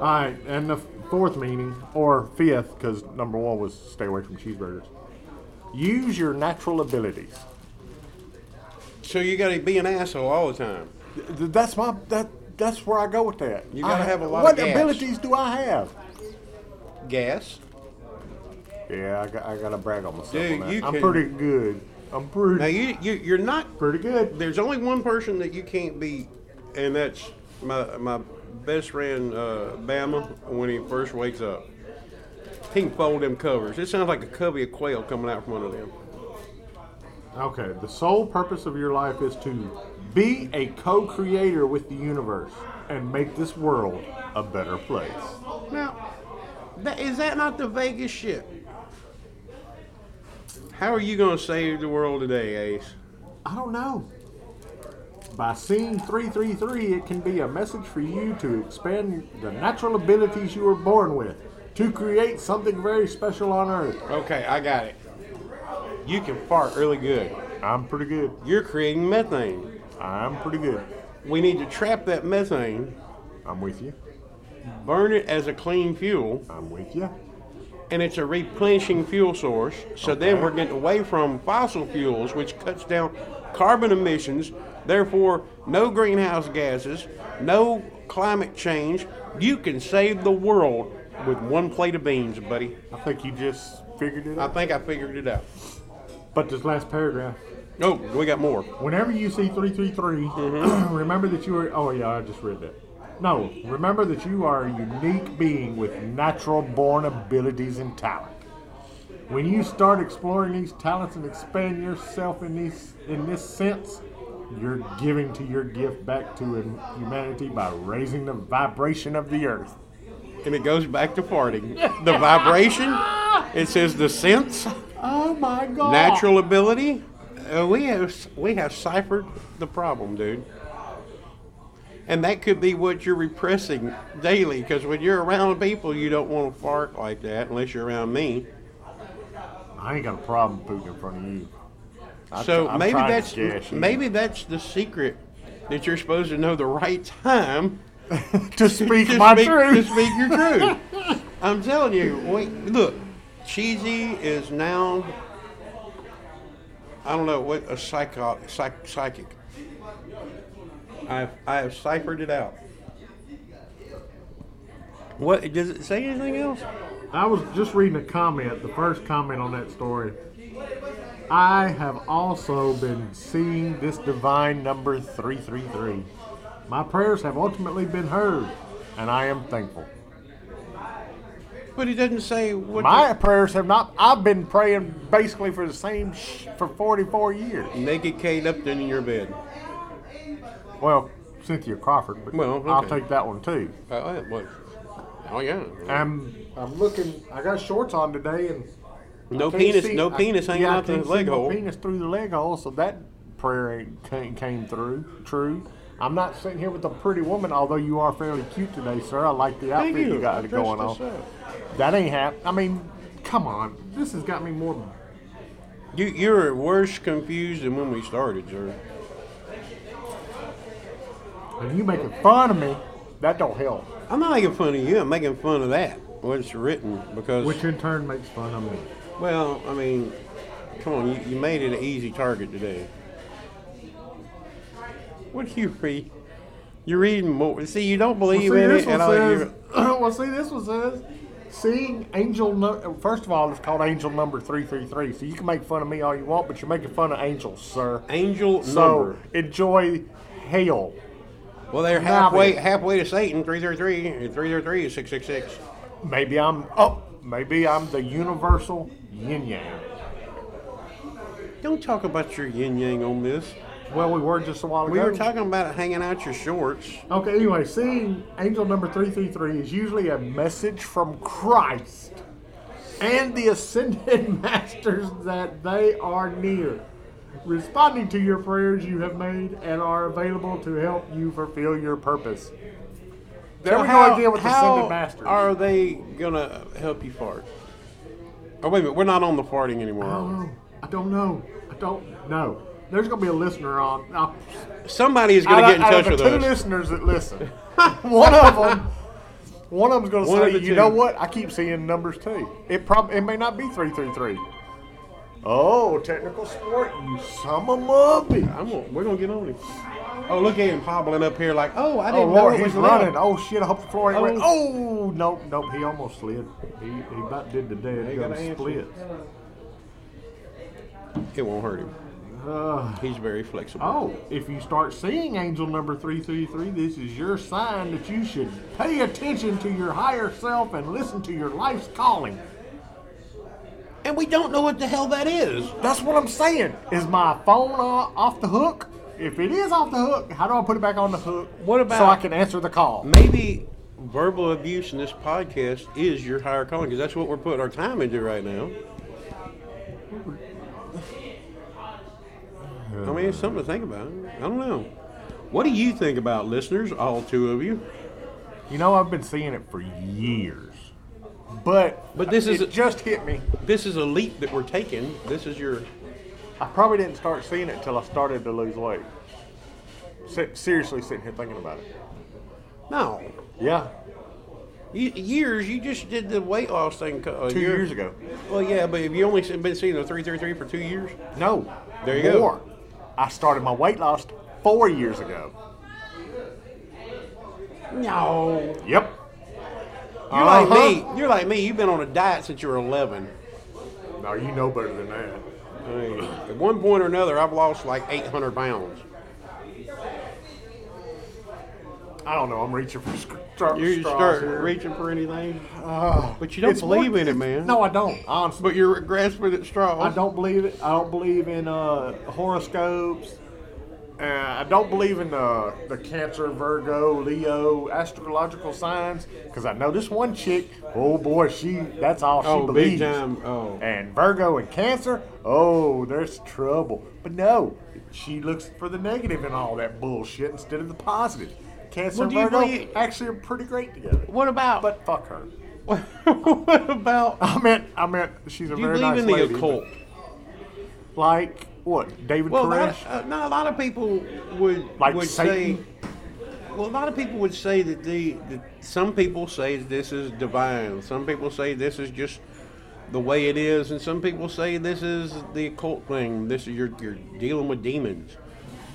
Speaker 2: All right, and the fourth meaning, or fifth, because number one was stay away from cheeseburgers. Use your natural abilities.
Speaker 1: So you got to be an asshole all the time.
Speaker 2: Th- th- That's my that. That's where I go with that.
Speaker 1: You gotta
Speaker 2: I-
Speaker 1: have a lot of
Speaker 2: What
Speaker 1: gas.
Speaker 2: abilities do I have?
Speaker 1: Gas.
Speaker 2: Yeah, I got, I gotta brag on myself.
Speaker 1: Dude,
Speaker 2: on that.
Speaker 1: you
Speaker 2: I'm
Speaker 1: can-
Speaker 2: pretty good. I'm pretty
Speaker 1: Now you, you you're not.
Speaker 2: pretty good.
Speaker 1: There's only one person that you can't beat, and that's my my best friend uh, Bama when he first wakes up. He can fold them covers. It sounds like a covey of quail coming out from under them.
Speaker 2: Okay, the sole purpose of your life is to be a co-creator with the universe and make this world a better place.
Speaker 1: Now, that, is that not the Vegas shit? How are you gonna save the world today, Ace?
Speaker 2: I don't know. By seeing 333, it can be a message for you to expand the natural abilities you were born with to create something very special on Earth.
Speaker 1: Okay, I got it. You can fart really good.
Speaker 2: I'm pretty good.
Speaker 1: You're creating methane.
Speaker 2: I'm pretty good.
Speaker 1: We need to trap that methane,
Speaker 2: I'm with you.
Speaker 1: burn it as a clean fuel,
Speaker 2: I'm with you.
Speaker 1: and it's a replenishing fuel source. So then we're getting away from fossil fuels, which cuts down carbon emissions, therefore, no greenhouse gases, no climate change. You can save the world with one plate of beans, buddy.
Speaker 2: I think you just figured it
Speaker 1: I
Speaker 2: out.
Speaker 1: think I figured it out.
Speaker 2: But this last paragraph.
Speaker 1: Oh, we got more.
Speaker 2: Whenever you see 333,
Speaker 1: Mm-hmm.
Speaker 2: remember that you are. Oh, yeah, I just read that. No, remember that you are a unique being with natural born abilities and talent. When you start exploring these talents and expand yourself in, these, in this sense, you're giving to your gift back to hum- humanity by raising the vibration of the earth.
Speaker 1: And it goes back to farting. The vibration, it says the sense,
Speaker 2: Oh my God!
Speaker 1: natural ability. Uh, we have we have ciphered the problem, dude. And that could be what you're repressing daily, because when you're around people, you don't want to fart like that unless you're around me.
Speaker 2: I ain't got a problem pooping in front of you. I
Speaker 1: so
Speaker 2: tr- I'm
Speaker 1: maybe
Speaker 2: trying to
Speaker 1: that's
Speaker 2: gas you.
Speaker 1: maybe that's the secret that you're supposed to know the right time
Speaker 2: to speak
Speaker 1: to
Speaker 2: my
Speaker 1: speak, to
Speaker 2: truth.
Speaker 1: speak your truth. I'm telling you. Wait, look, cheesy is now. I don't know what a psycho, psych, psychic. I've I have ciphered it out. What does it say? Anything else?
Speaker 2: I was just reading a comment, the first comment on that story. I have also been seeing this divine number 333. My prayers have ultimately been heard, and I am thankful.
Speaker 1: But it doesn't say what.
Speaker 2: My prayers have not, I've been praying basically for the same sh- for 44 years.
Speaker 1: the- naked Kate Upton in your bed.
Speaker 2: Well, Cynthia Crawford, but
Speaker 1: Well,
Speaker 2: I'll
Speaker 1: okay.
Speaker 2: take that one too.
Speaker 1: Uh, uh, what? Oh yeah.
Speaker 2: I'm, I'm looking, I got shorts on today and
Speaker 1: No
Speaker 2: Can't
Speaker 1: penis.
Speaker 2: see-
Speaker 1: no
Speaker 2: I-
Speaker 1: penis hanging
Speaker 2: yeah, I
Speaker 1: out the
Speaker 2: can't see
Speaker 1: leg
Speaker 2: no
Speaker 1: hole.
Speaker 2: Penis through the leg hole, so that prayer ain't came, came through. True. I'm not sitting here with a pretty woman, although you are fairly cute today, sir. I like the outfit
Speaker 1: Thank
Speaker 2: you,
Speaker 1: you. I
Speaker 2: got
Speaker 1: dressed
Speaker 2: going
Speaker 1: this
Speaker 2: on.
Speaker 1: up.
Speaker 2: That ain't hap. I mean, come on. This has got me more.
Speaker 1: You you're worse confused than when we started, sir.
Speaker 2: When you making fun of me, that don't help.
Speaker 1: I'm not making fun of you. I'm making fun of that. What's written because
Speaker 2: Which in turn makes fun of me.
Speaker 1: well, I mean, come on, you, you made it an easy target today. What do you read? You're reading more. See, you don't believe
Speaker 2: Well, see,
Speaker 1: in
Speaker 2: this
Speaker 1: it,
Speaker 2: one
Speaker 1: and all
Speaker 2: says,
Speaker 1: you.
Speaker 2: well, see, this one says, seeing angel. No- First of all, it's called angel number three three three. So you can make fun of me all you want, but you're making fun of angels, sir.
Speaker 1: Angel
Speaker 2: So
Speaker 1: number.
Speaker 2: enjoy hail.
Speaker 1: Well, they're
Speaker 2: now
Speaker 1: halfway
Speaker 2: then.
Speaker 1: halfway to Satan. Three three three and three three three is six six six.
Speaker 2: Maybe I'm oh, maybe I'm the universal yin yang.
Speaker 1: Don't talk about your yin yang on this.
Speaker 2: Well, we were just a while ago.
Speaker 1: We were talking about hanging out your shorts.
Speaker 2: Okay, anyway, seeing angel number 333 is usually a message from Christ and the ascended masters that they are near, responding to your prayers you have made and are available to help you fulfill your purpose. There
Speaker 1: So
Speaker 2: we
Speaker 1: how-
Speaker 2: go again with
Speaker 1: how
Speaker 2: ascended masters.
Speaker 1: Are they gonna help you fart? Oh wait a minute, we're not on the farting anymore.
Speaker 2: I
Speaker 1: Are
Speaker 2: don't
Speaker 1: we?
Speaker 2: know. Um, I don't know. I don't know. There's going to be a listener on. I,
Speaker 1: Somebody is gonna
Speaker 2: out
Speaker 1: get in
Speaker 2: of- out of
Speaker 1: touch with
Speaker 2: the
Speaker 1: us.
Speaker 2: Two listeners that listen. one of them, one of them's going to
Speaker 1: One of
Speaker 2: say,
Speaker 1: the
Speaker 2: you
Speaker 1: two.
Speaker 2: know what? I keep seeing numbers too. It probably it may not be three three three. Oh, technical sport, you some of mubby.
Speaker 1: I'm gonna, we're gonna get on him. Oh look at him hobbling up here like, oh I
Speaker 2: Oh
Speaker 1: didn't
Speaker 2: Lord,
Speaker 1: know it
Speaker 2: he's
Speaker 1: was
Speaker 2: running.
Speaker 1: Left.
Speaker 2: Oh shit, I hope the floor ain't
Speaker 1: Oh.
Speaker 2: wet. Oh nope, nope, he almost slid. He he about did the dead
Speaker 1: He got
Speaker 2: gum
Speaker 1: an answer.
Speaker 2: split.
Speaker 1: It won't hurt him. He's very flexible.
Speaker 2: Oh, if you start seeing angel number 333, this is your sign that you should pay attention to your higher self and listen to your life's calling. Oh.
Speaker 1: And we don't know what the hell that is.
Speaker 2: That's what I'm saying. Is my phone uh, off the hook? If it is off the hook, how do I put it back on the hook?
Speaker 1: What about-
Speaker 2: so I can answer the call?
Speaker 1: Maybe verbal abuse in this podcast is your higher calling because that's what we're putting our time into right now. I mean, it's something to think about. I don't know. What do you think about listeners, all two of you?
Speaker 2: You know, I've been seeing it for years, but
Speaker 1: But this
Speaker 2: it
Speaker 1: is a-
Speaker 2: just hit me.
Speaker 1: This is a leap that we're taking. This is your.
Speaker 2: I probably didn't start seeing it till I started to lose weight. Se- seriously, sitting here thinking about it.
Speaker 1: No.
Speaker 2: Yeah,
Speaker 1: You, years, you just did the weight loss thing. co- a
Speaker 2: two
Speaker 1: year-
Speaker 2: years ago.
Speaker 1: Well, yeah, but have you only se- been seeing the 333 for two years?
Speaker 2: No.
Speaker 1: There you go.
Speaker 2: more. I started my weight loss four years ago.
Speaker 1: No.
Speaker 2: Yep. Uh-huh.
Speaker 1: You're like me. You're like me. You've been on a diet since you were 11.
Speaker 2: No, you know better than that.
Speaker 1: I mean, at one point or another, I've lost like 800 pounds.
Speaker 2: I don't know. I'm reaching for sc- straws
Speaker 1: You start
Speaker 2: here.
Speaker 1: reaching for anything,
Speaker 2: Ah.
Speaker 1: but you don't
Speaker 2: It's
Speaker 1: believe
Speaker 2: more-
Speaker 1: in Oh, it,
Speaker 2: it's-
Speaker 1: man.
Speaker 2: No, I don't. Honestly,
Speaker 1: but you're grasping at straws.
Speaker 2: I don't believe it. I don't believe in uh, horoscopes. Uh, I don't believe in the, the Cancer, Virgo, Leo astrological signs because I know this one chick. Oh boy, she that's all she
Speaker 1: Oh,
Speaker 2: believes.
Speaker 1: big time. Oh,
Speaker 2: and Virgo and Cancer, oh, there's trouble. But no, she looks for the negative and all that bullshit instead of the positive. Cancer
Speaker 1: Well,
Speaker 2: and
Speaker 1: do you
Speaker 2: Virgo
Speaker 1: believe-
Speaker 2: actually are pretty great together.
Speaker 1: what about?
Speaker 2: But fuck her.
Speaker 1: what about?
Speaker 2: I meant, I meant she's a
Speaker 1: Do you
Speaker 2: very
Speaker 1: believe
Speaker 2: nice
Speaker 1: in the
Speaker 2: lady, but
Speaker 1: occult?
Speaker 2: Like what? David
Speaker 1: Well, a lot
Speaker 2: Koresh?
Speaker 1: of, uh, no, a lot of people would
Speaker 2: Like
Speaker 1: would
Speaker 2: Satan?
Speaker 1: say. Well, a lot of people would say that the that some people say this is divine. Some people say this is just the way it is, and some people say this is the occult thing. This is you're you're dealing with demons.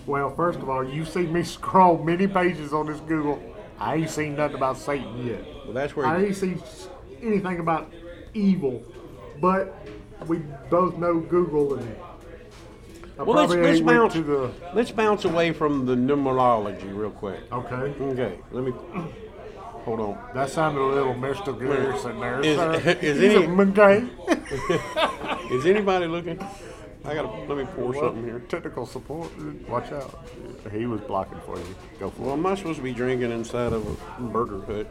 Speaker 2: Well, first of all, you've seen me scroll many pages on this Google. I ain't seen nothing about Satan yet.
Speaker 1: Well, that's where
Speaker 2: I ain't seen s- anything about evil, but we both know Google and. I
Speaker 1: Well, let's,
Speaker 2: probably
Speaker 1: let's
Speaker 2: ain't went
Speaker 1: bounce.
Speaker 2: to the
Speaker 1: Let's bounce away from the numerology real quick.
Speaker 2: Okay.
Speaker 1: Okay, let me hold on.
Speaker 2: That sounded a little Mr. Garrison there,
Speaker 1: Is-
Speaker 2: sir.
Speaker 1: is
Speaker 2: He's a
Speaker 1: any-
Speaker 2: McGay.
Speaker 1: Is anybody looking? I gotta let me pour something here.
Speaker 2: Technical support. Watch out. He was blocking for you. Go for
Speaker 1: Well, I'm not supposed to be drinking inside of a burger hut.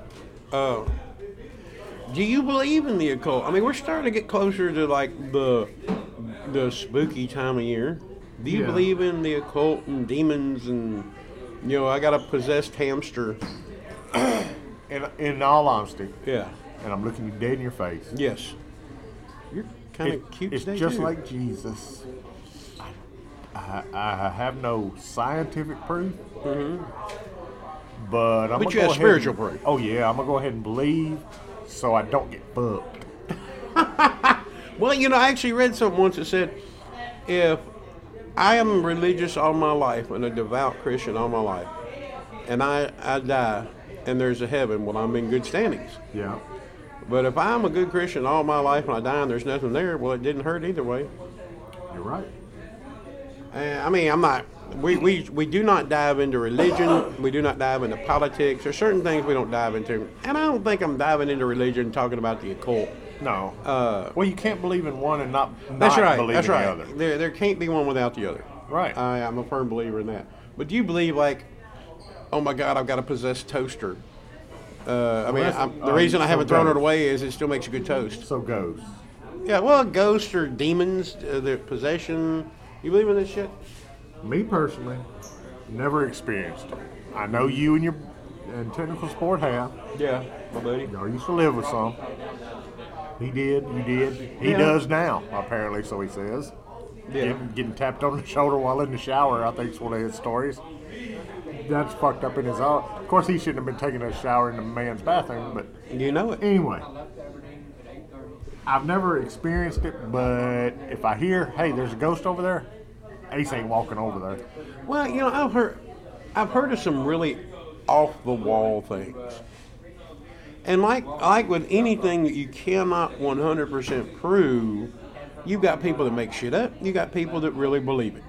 Speaker 1: Uh, do you believe in the occult? I mean, we're starting to get closer to like the the spooky time of year. Do you
Speaker 2: Yeah.
Speaker 1: believe in the occult and demons and you know? I got a possessed hamster.
Speaker 2: it. In, in all honesty,
Speaker 1: Yeah.
Speaker 2: and I'm looking you dead in your face.
Speaker 1: Yes. You're kind of cute
Speaker 2: it's
Speaker 1: today
Speaker 2: just
Speaker 1: too.
Speaker 2: like Jesus. I, I, I have no scientific proof, but I'm
Speaker 1: Mm-hmm. But you
Speaker 2: gonna go
Speaker 1: have
Speaker 2: ahead and-
Speaker 1: spiritual proof.
Speaker 2: Oh yeah, I'm gonna go ahead and believe, so I don't get fucked.
Speaker 1: Well, you know, I actually read something once that said, if I am religious all my life and a devout Christian all my life, and I, I die and there's a heaven, well, I'm in good standings.
Speaker 2: Yeah.
Speaker 1: But if I'm a good Christian all my life and I die and there's nothing there, well, it didn't hurt either way.
Speaker 2: You're right.
Speaker 1: And, I mean, I'm not. We, we, we do not dive into religion. We do not dive into politics. There's certain things we don't dive into. And I don't think I'm diving into religion talking about the occult.
Speaker 2: No.
Speaker 1: Uh,
Speaker 2: well, you can't believe in one and not, not
Speaker 1: That's right.
Speaker 2: believe
Speaker 1: That's
Speaker 2: in
Speaker 1: right.
Speaker 2: the other.
Speaker 1: There, there can't be one without the other.
Speaker 2: Right.
Speaker 1: I, I'm a firm believer in that. But do you believe like, oh my God, I've got a possessed toaster? Uh, I mean,
Speaker 2: that's-
Speaker 1: I'm, the
Speaker 2: um,
Speaker 1: reason I
Speaker 2: so
Speaker 1: haven't thrown it
Speaker 2: ghosts.
Speaker 1: away is it still makes a good toast.
Speaker 2: So goes.
Speaker 1: Yeah, well, ghosts or demons, uh, their possession. You believe in this shit?
Speaker 2: Me personally, never experienced it. I know you and your and technical sport have.
Speaker 1: Yeah, my buddy.
Speaker 2: Y'all used to live with some. He did. You did. He
Speaker 1: Yeah.
Speaker 2: does now, apparently. So he says. Getting, getting tapped on the shoulder while in the shower, I think's one of his stories. That's fucked up in his own. Of course, he shouldn't have been taking a shower in the man's bathroom, but
Speaker 1: You know it.
Speaker 2: Anyway, I've never experienced it, but if I hear, hey, there's a ghost over there, Ace ain't walking over there.
Speaker 1: Well, you know, I've heard, I've heard of some really off the wall things, and like like with anything that you cannot one hundred percent prove, you've got people that make shit up. You got people that really believe it.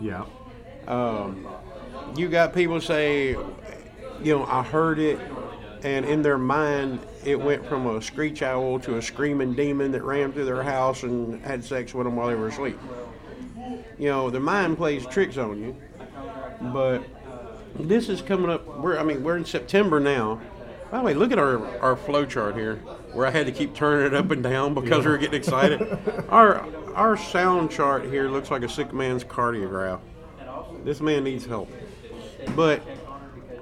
Speaker 2: Yeah.
Speaker 1: You got people say, you know, I heard it, and in their mind it went from a screech owl to a screaming demon that ran through their house and had sex with them while they were asleep. You know, the mind plays tricks on you, but this is coming up. We're I mean we're in September now. By the way, look at our our flow chart here, where I had to keep turning it up and down because we were getting excited. our our sound chart here looks like a sick man's cardiograph. This man needs help. But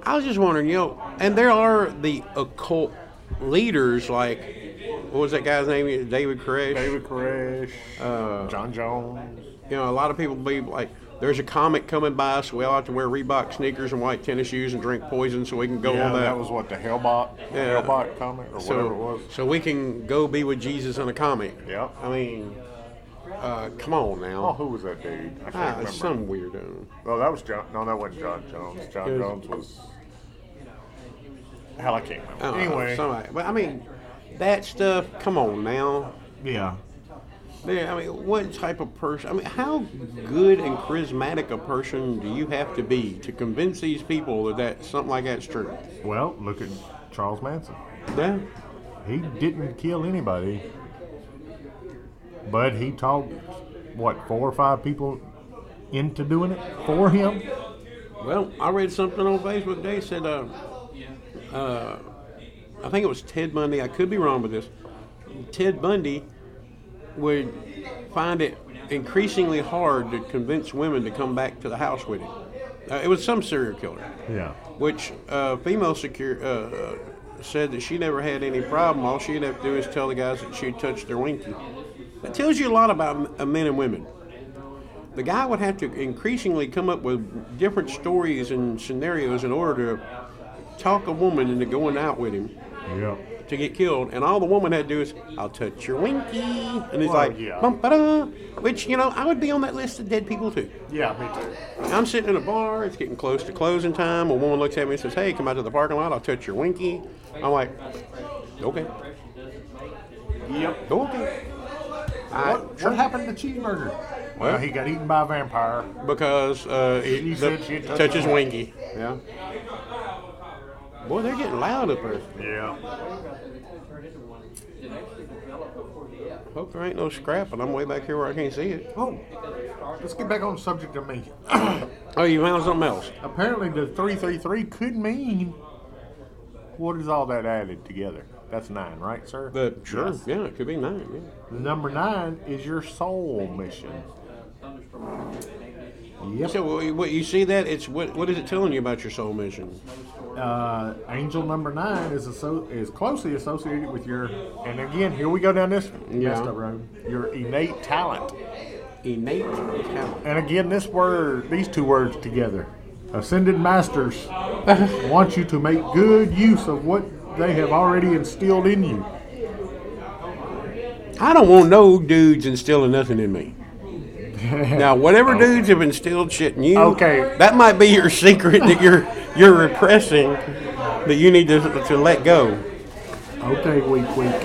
Speaker 1: I was just wondering, you know, and there are the occult leaders like what was that guy's name? David Koresh.
Speaker 2: David Koresh, John Jones.
Speaker 1: You know, a lot of people believe like there's a comet coming by, so we all have to wear Reebok sneakers and white tennis shoes and drink poison so we can go
Speaker 2: Yeah,
Speaker 1: on
Speaker 2: that.
Speaker 1: that.
Speaker 2: was what the Hellbot,
Speaker 1: Yeah.
Speaker 2: Hellbot comment or
Speaker 1: so,
Speaker 2: whatever it was.
Speaker 1: so we can go be with Jesus in a comet.
Speaker 2: Yep.
Speaker 1: I mean, uh, come on
Speaker 2: Oh,
Speaker 1: now.
Speaker 2: who was that dude? I can't
Speaker 1: Ah,
Speaker 2: remember.
Speaker 1: some weirdo.
Speaker 2: No, that was John. No, that wasn't John Jones. John
Speaker 1: It was-
Speaker 2: Jones was. Hell, I can't remember.
Speaker 1: I don't know,
Speaker 2: anyway,
Speaker 1: Uh, somebody. But I mean, that stuff. Come on now.
Speaker 3: Yeah.
Speaker 1: Yeah, I mean, what type of person? I mean, how good and charismatic a person do you have to be to convince these people that, that something like that's true?
Speaker 2: well, look at Charles Manson.
Speaker 1: Yeah.
Speaker 2: He didn't kill anybody, but he talked what four or five people into doing it for him.
Speaker 1: Well, I read something on Facebook today said, uh, uh, I think it was Ted Bundy. I could be wrong with this. Ted Bundy would find it increasingly hard to convince women to come back to the house with him. Uh, it was some serial killer.
Speaker 2: Yeah,
Speaker 1: which uh, female secure uh, uh, said that she never had any problem. All she'd have to do is tell the guys that she touched their winky. That tells you a lot about m- uh, men and women. The guy would have to increasingly come up with different stories and scenarios in order to talk a woman into going out with him
Speaker 2: yeah.
Speaker 1: to get killed, and all the woman had to do is, "I'll touch your winky," and he's
Speaker 2: Well,
Speaker 1: like,
Speaker 2: yeah.
Speaker 1: "Bum, ba-da," which you know I would be on that list of dead people too.
Speaker 2: Yeah, me too.
Speaker 1: I'm sitting in a bar. It's getting close to closing time. A woman looks at me and says, "Hey, come out to the parking lot. I'll touch your winky." I'm like, "Okay,
Speaker 2: Yep.
Speaker 1: okay." I,
Speaker 2: What, what happened to Cheeseburger? Well,
Speaker 1: Well-
Speaker 2: he got eaten by a vampire.
Speaker 1: because uh, he
Speaker 2: She
Speaker 1: the-
Speaker 2: said she'd touch
Speaker 1: touches
Speaker 2: my-
Speaker 1: winky. Yeah. Boy, they're getting loud up there.
Speaker 2: Yeah.
Speaker 1: Hope there ain't no scrapping. I'm way back here where I can't see it.
Speaker 2: Oh, let's get back on the subject of me.
Speaker 1: Oh, you found something else?
Speaker 2: Apparently, the three three three could mean what is all that added together? That's nine, right, sir?
Speaker 1: But Uh, sure,
Speaker 2: Yes.
Speaker 1: yeah, it could be nine. Yeah.
Speaker 2: Number nine is your soul mission. Yep.
Speaker 1: So wh- what you see that it's what what is it telling you about your soul mission?
Speaker 2: uh, angel number nine is asso- is closely associated with your and again here we go down this messed up road your innate talent
Speaker 1: Innate talent.
Speaker 2: and again this word these two words together ascended masters want you to make good use of what they have already instilled in you
Speaker 1: I don't want no dudes instilling nothing in me. now, whatever dudes have instilled shit in you,
Speaker 2: Okay.
Speaker 1: that might be your secret that you're you're repressing that you need to to let go.
Speaker 2: okay weak weak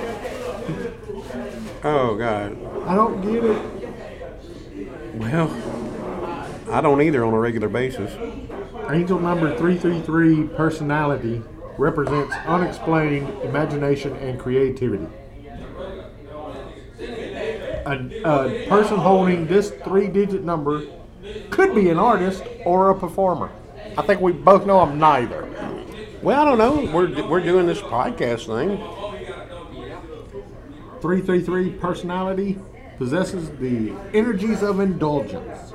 Speaker 1: Oh God.
Speaker 2: i don't get it
Speaker 1: Well, I don't either on a regular basis.
Speaker 2: angel number 333 personality represents unexplained imagination and creativity a, a person holding this three digit number could be an artist or a performer. I think we both know I'm neither.
Speaker 1: Well, I don't know. We're, we're doing this podcast thing.
Speaker 2: 333 personality possesses the energies of indulgence.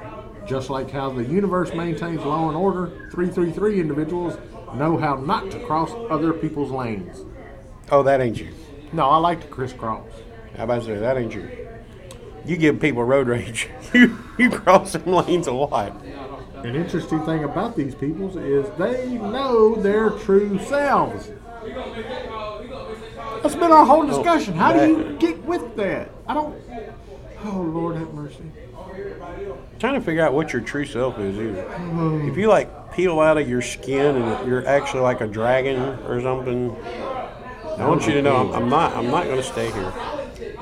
Speaker 2: Just like how the universe maintains law and order, 333 individuals know how not to cross other people's lanes.
Speaker 1: Oh, that ain't you.
Speaker 2: No, I like to crisscross.
Speaker 1: How about to say that ain't you? You give people road rage. you you cross them lanes a lot.
Speaker 2: An interesting thing about these peoples is they know their true selves. That's been our whole discussion. How do you get with that? I don't. Oh, Lord have mercy.
Speaker 1: Trying to figure out what your true self is
Speaker 2: Mm-hmm.
Speaker 1: either. If you like peel out of your skin and you're actually like a dragon or something, I want you to know I'm, I'm not. I'm not going to stay here.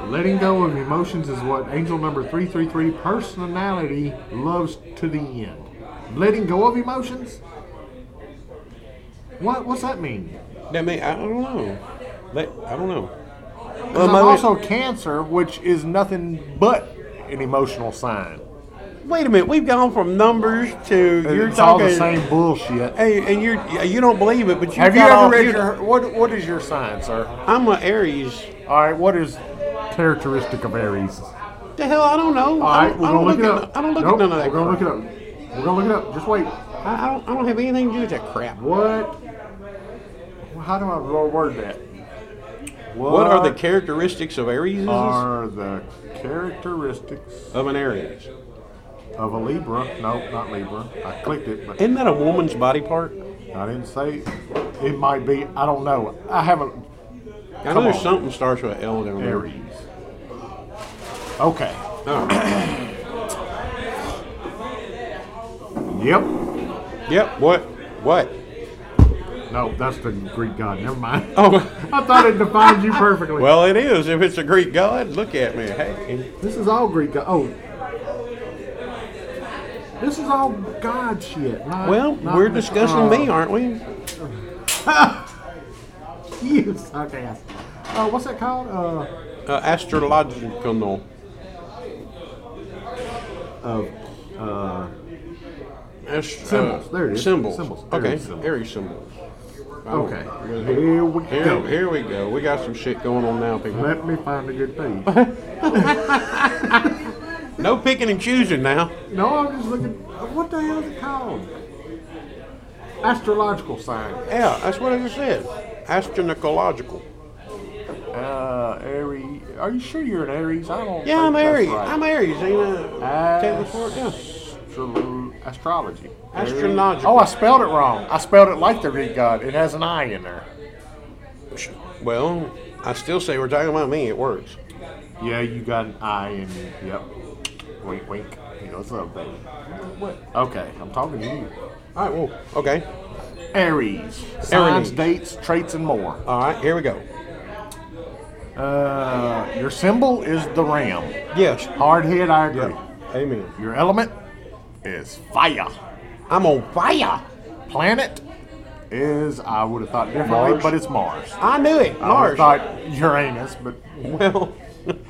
Speaker 2: Letting go of emotions is what angel number 333 personality loves to the end. Letting go of emotions? What what's that mean?
Speaker 1: That may, I don't know. That, I don't know.
Speaker 2: 'Cause
Speaker 1: Well,
Speaker 2: I'm
Speaker 1: my-
Speaker 2: also cancer, which is nothing but an emotional sign.
Speaker 1: wait a minute. We've gone from numbers to you're
Speaker 2: it's all
Speaker 1: talking.
Speaker 2: the same bullshit.
Speaker 1: Hey, and you're you don't believe it, but you
Speaker 2: Have you
Speaker 1: got
Speaker 2: ever
Speaker 1: all-
Speaker 2: read
Speaker 1: you-
Speaker 2: your what what is your sign, sir?
Speaker 1: I'm an Aries.
Speaker 2: Alright, what is characteristic of Aries?
Speaker 1: The hell, I don't know. I
Speaker 2: Alright,
Speaker 1: don't,
Speaker 2: we're
Speaker 1: I
Speaker 2: gonna
Speaker 1: don't
Speaker 2: look it
Speaker 1: at-
Speaker 2: up.
Speaker 1: I don't look
Speaker 2: Nope,
Speaker 1: at none of that.
Speaker 2: We're gonna
Speaker 1: crap.
Speaker 2: look it up. We're gonna look it up. Just wait.
Speaker 1: I, I don't. I don't have anything to do with that crap.
Speaker 2: What how do I word that?
Speaker 1: What are the characteristics of Aries?
Speaker 2: are the characteristics
Speaker 1: of an Aries?
Speaker 2: of a Libra. No, not Libra. I clicked it, but
Speaker 1: Isn't that a woman's body part?
Speaker 2: I didn't say it might be. I don't know. I haven't.
Speaker 1: I know
Speaker 2: Come
Speaker 1: there's
Speaker 2: on.
Speaker 1: something starts with L down there.
Speaker 2: Aries. Okay.
Speaker 1: Oh.
Speaker 2: Yep.
Speaker 1: yep. What? What?
Speaker 2: No, that's the Greek god. Never mind.
Speaker 1: Oh.
Speaker 2: I thought it defined you perfectly.
Speaker 1: Well, it is. If it's a Greek god, look at me. Hey.
Speaker 2: this is all Greek god. Oh. This is all god shit. not-
Speaker 1: Well,
Speaker 2: not-
Speaker 1: we're discussing
Speaker 2: uh,
Speaker 1: me, aren't we?
Speaker 2: You suck ass. Uh, what's that called? Uh,
Speaker 1: Uh, astrological.
Speaker 2: of uh,
Speaker 1: Ast- uh,
Speaker 2: Symbols. There it is.
Speaker 1: Symbols.
Speaker 2: Symbols.
Speaker 1: Okay.
Speaker 2: Aries symbols.
Speaker 1: Aries symbols. Oh,
Speaker 2: Okay.
Speaker 1: really?
Speaker 2: Here we
Speaker 1: Here,
Speaker 2: go.
Speaker 1: here we go. We got some shit going on now, people.
Speaker 2: Let me find a good page.
Speaker 1: No picking and choosing now.
Speaker 2: no, I'm just looking. What the hell is it called? Astrological sign.
Speaker 1: Yeah, that's what I just said. Astronicological.
Speaker 2: Uh, Aries. Are you sure you're an Aries? I don't.
Speaker 1: Yeah, I'm
Speaker 2: think that's
Speaker 1: Aries.
Speaker 2: right.
Speaker 1: I'm Aries. Ain't I? Take the fork, yeah.
Speaker 2: Astro- astrology.
Speaker 1: Astronautical.
Speaker 2: Oh, I spelled it wrong. I spelled it like the Greek god. It has an I in there.
Speaker 1: Well, I still say we're talking about me. It works.
Speaker 2: Yeah, you got an I in you. Yep. Wink, wink. Hey, what's up, baby? Okay, I'm talking to you.
Speaker 1: All right. Well, okay.
Speaker 2: Aries. Signs,
Speaker 1: Aries.
Speaker 2: dates, traits, and more.
Speaker 1: All right. Here we go.
Speaker 2: Uh, your symbol is the ram.
Speaker 1: Yes.
Speaker 2: Hard head, I agree.
Speaker 1: Amen.
Speaker 2: Your element is fire.
Speaker 1: I'm on fire.
Speaker 2: Planet is, I would have thought differently,
Speaker 1: Mars.
Speaker 2: but it's Mars.
Speaker 1: I knew it.
Speaker 2: I
Speaker 1: Mars.
Speaker 2: would've thought Uranus, but
Speaker 1: Well,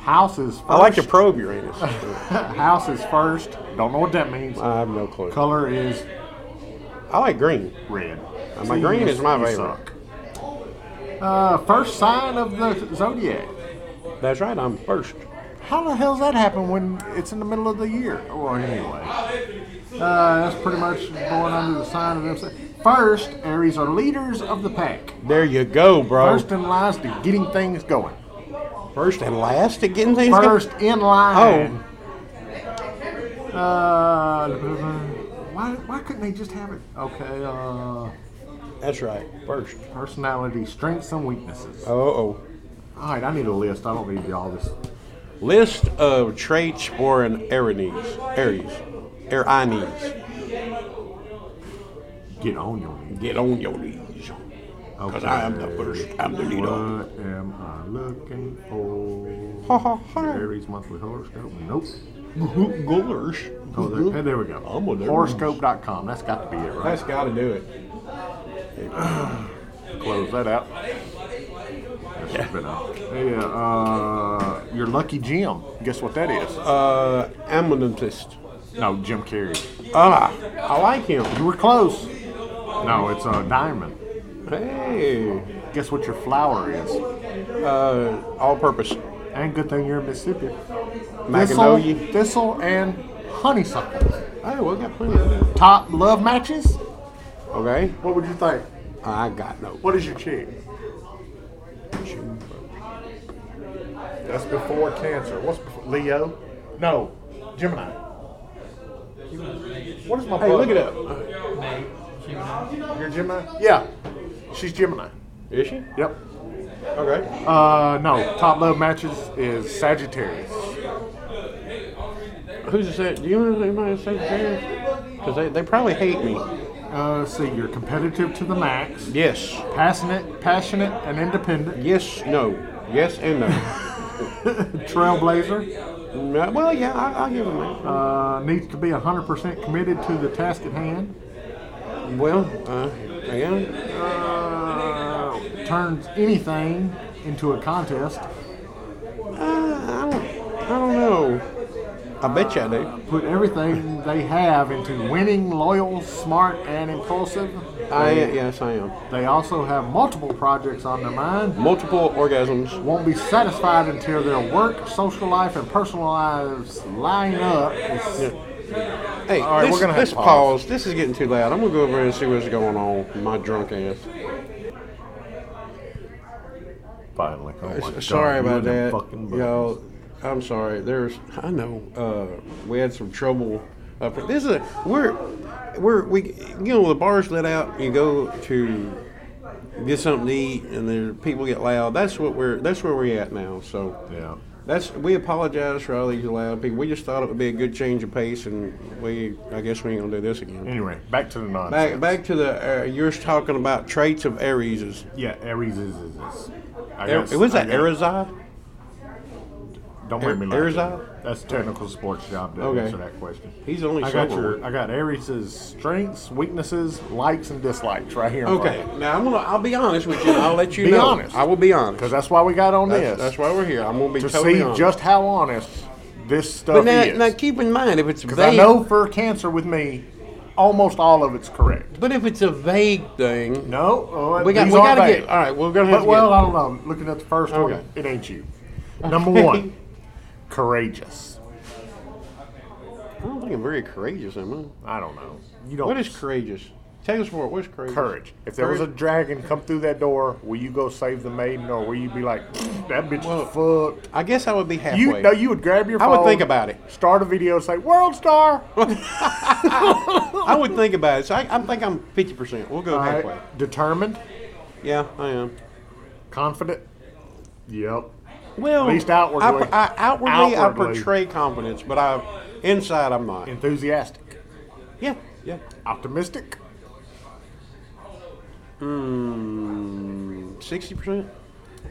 Speaker 2: house is first.
Speaker 1: I like to probe Uranus.
Speaker 2: house is first. Don't know what that means.
Speaker 1: I have no clue.
Speaker 2: Color is
Speaker 1: I like green.
Speaker 2: red.
Speaker 1: Uh, my green is my
Speaker 2: You
Speaker 1: favorite.
Speaker 2: suck. Uh, first sign of the zodiac.
Speaker 1: That's right. I'm first.
Speaker 2: How the hell's that happen when it's in the middle of the year? Well, anyway, uh, that's pretty much born under the sign of themselves. First, Aries are leaders of the pack.
Speaker 1: There you go, bro.
Speaker 2: First in line to getting things going.
Speaker 1: First and last to get things going.
Speaker 2: First in line. Oh. Uh, why, why couldn't they just have it? Okay. Uh,
Speaker 1: That's right. First.
Speaker 2: personality, strengths, and weaknesses.
Speaker 1: Uh oh.
Speaker 2: All right, I need a list. I don't need all this.
Speaker 1: List of traits for an Aries. Aries. Aries.
Speaker 2: Get on your knees.
Speaker 1: Get on your knees. Because
Speaker 2: Okay.
Speaker 1: I am the first. I'm the leader.
Speaker 2: What am I looking for?
Speaker 1: Ha, ha, ha.
Speaker 2: Aries monthly horoscope. Nope.
Speaker 1: Gosh.
Speaker 2: Oh, there, hey, there we go.
Speaker 1: Mm-hmm. I'm with Aries.
Speaker 2: Horoscope.com. That's got to be it, right?
Speaker 1: That's got to do it.
Speaker 2: Close that out. That's been out. Hey, uh, uh, your lucky Jim. Guess what that is?
Speaker 1: Uh, amethyst.
Speaker 2: no, Jim Carrey.
Speaker 1: Ah, I like him.
Speaker 2: You were close. No, it's a diamond.
Speaker 1: Hey,
Speaker 2: Guess what your flower is?
Speaker 1: uh, all purpose.
Speaker 2: And good thing you're in Mississippi. Thistle,
Speaker 1: Macadonia.
Speaker 2: thistle and honeysuckle.
Speaker 1: Hey, we got plenty of that.
Speaker 2: Top love matches?
Speaker 1: Okay,
Speaker 2: What would you think?
Speaker 1: I got no.
Speaker 2: What is your cheek? That's before Cancer. What's before? Leo? No, Gemini. What is my
Speaker 1: Hey,
Speaker 2: blood?
Speaker 1: look it up.
Speaker 2: You're Gemini? Yeah. She's Gemini.
Speaker 1: Is she?
Speaker 2: Yep.
Speaker 1: Okay.
Speaker 2: Uh, no. Top love matches is Sagittarius.
Speaker 1: Who's the Sag? Do you know anybody that's Sagittarius? Because they, they probably hate me.
Speaker 2: Uh, let's see, you're competitive to the max,
Speaker 1: Yes.
Speaker 2: passionate, passionate, and independent.
Speaker 1: Yes. No. Yes and no.
Speaker 2: Trailblazer.
Speaker 1: No, well, yeah, I, I'll give them that.
Speaker 2: Uh, needs to be 100% committed to the task at hand.
Speaker 1: well, uh, yeah.
Speaker 2: Uh, turns anything into a contest.
Speaker 1: Uh, I don't. I don't know. I bet you I do.
Speaker 2: Put everything they have into winning, loyal, smart, and impulsive.
Speaker 1: I yes, I am.
Speaker 2: They also have multiple projects on their mind.
Speaker 1: Multiple orgasms.
Speaker 2: won't be satisfied until their work, social life, and personal lives line up. It's-
Speaker 1: Hey,
Speaker 2: All right,
Speaker 1: this,
Speaker 2: we're gonna have
Speaker 1: this
Speaker 2: to
Speaker 1: pause.
Speaker 2: pause.
Speaker 1: This is getting too loud. I'm gonna go over and see what's going on. with My drunk ass.
Speaker 3: Finally. Oh my God,
Speaker 1: sorry
Speaker 3: you
Speaker 1: about
Speaker 3: and them
Speaker 1: that,
Speaker 3: Fucking buttons.
Speaker 1: y'all. I'm sorry. There's, I know, uh, we had some trouble. Uh, for- this is a, we're, we're, we, you know, the bar's let out. You go to get something to eat, and there people get loud. That's what we're. That's where we're at now. So
Speaker 3: Yeah.
Speaker 1: that's we apologize for all these loud people. We just thought it would be a good change of pace, and we, I guess, we ain't gonna do this again.
Speaker 2: Anyway, back to the
Speaker 1: Back,
Speaker 2: nonsense.
Speaker 1: back to the. Uh, you're talking about traits of Aries.
Speaker 2: Yeah, Aries is is this. I
Speaker 1: It was that
Speaker 2: I guess-
Speaker 1: Aries.
Speaker 2: Don't
Speaker 1: Ar-
Speaker 2: make me laugh.
Speaker 1: Aries eye?
Speaker 2: That's technical sports job to
Speaker 1: Okay.
Speaker 2: answer that question.
Speaker 1: He's only
Speaker 2: I got
Speaker 1: sober.
Speaker 2: your. I got Aries' strengths, weaknesses, likes, and dislikes right here.
Speaker 1: Okay, now I'm gonna. I'll be honest with you. and I'll let you
Speaker 2: Be
Speaker 1: know.
Speaker 2: honest.
Speaker 1: I will be honest.
Speaker 2: Because that's why we got on
Speaker 1: that's,
Speaker 2: this.
Speaker 1: that's why we're here. I'm gonna be
Speaker 2: to
Speaker 1: totally
Speaker 2: see
Speaker 1: honest.
Speaker 2: just how honest this
Speaker 1: but
Speaker 2: stuff
Speaker 1: now,
Speaker 2: is.
Speaker 1: now keep in mind if it's vague.
Speaker 2: Because I know for cancer with me, almost all of it's correct.
Speaker 1: But if it's a vague thing,
Speaker 2: No, oh,
Speaker 1: we got. We
Speaker 2: these are
Speaker 1: gotta
Speaker 2: vague.
Speaker 1: get. All right, we're gonna have
Speaker 2: But,
Speaker 1: to
Speaker 2: well, I don't know. Looking at the first
Speaker 1: Okay.
Speaker 2: one, it ain't you. Number one, courageous.
Speaker 1: get. I don't think I'm very courageous, am I?
Speaker 2: I don't know. You don't.
Speaker 1: What is courageous? Take us for it. What's courageous?
Speaker 2: courage? If there was a
Speaker 1: Courage?
Speaker 2: dragon come through that door, will you go save the maiden, or will you be like, that bitch
Speaker 1: Well,
Speaker 2: is fucked?
Speaker 1: I guess I would be halfway.
Speaker 2: You no, you would grab your
Speaker 1: I
Speaker 2: phone.
Speaker 1: would think about it.
Speaker 2: Start a video, say "World Star."
Speaker 1: I would think about it. So I, I think I'm 50. percent We'll go
Speaker 2: All right,
Speaker 1: halfway.
Speaker 2: Determined,
Speaker 1: Yeah, I am.
Speaker 2: confident. Yep.
Speaker 1: Well,
Speaker 2: At least outwardly.
Speaker 1: I, I, outwardly, I
Speaker 2: Outwardly.
Speaker 1: portray confidence, but I inside I'm not.
Speaker 2: Enthusiastic,
Speaker 1: Yeah, yeah.
Speaker 2: optimistic,
Speaker 1: Sixty percent.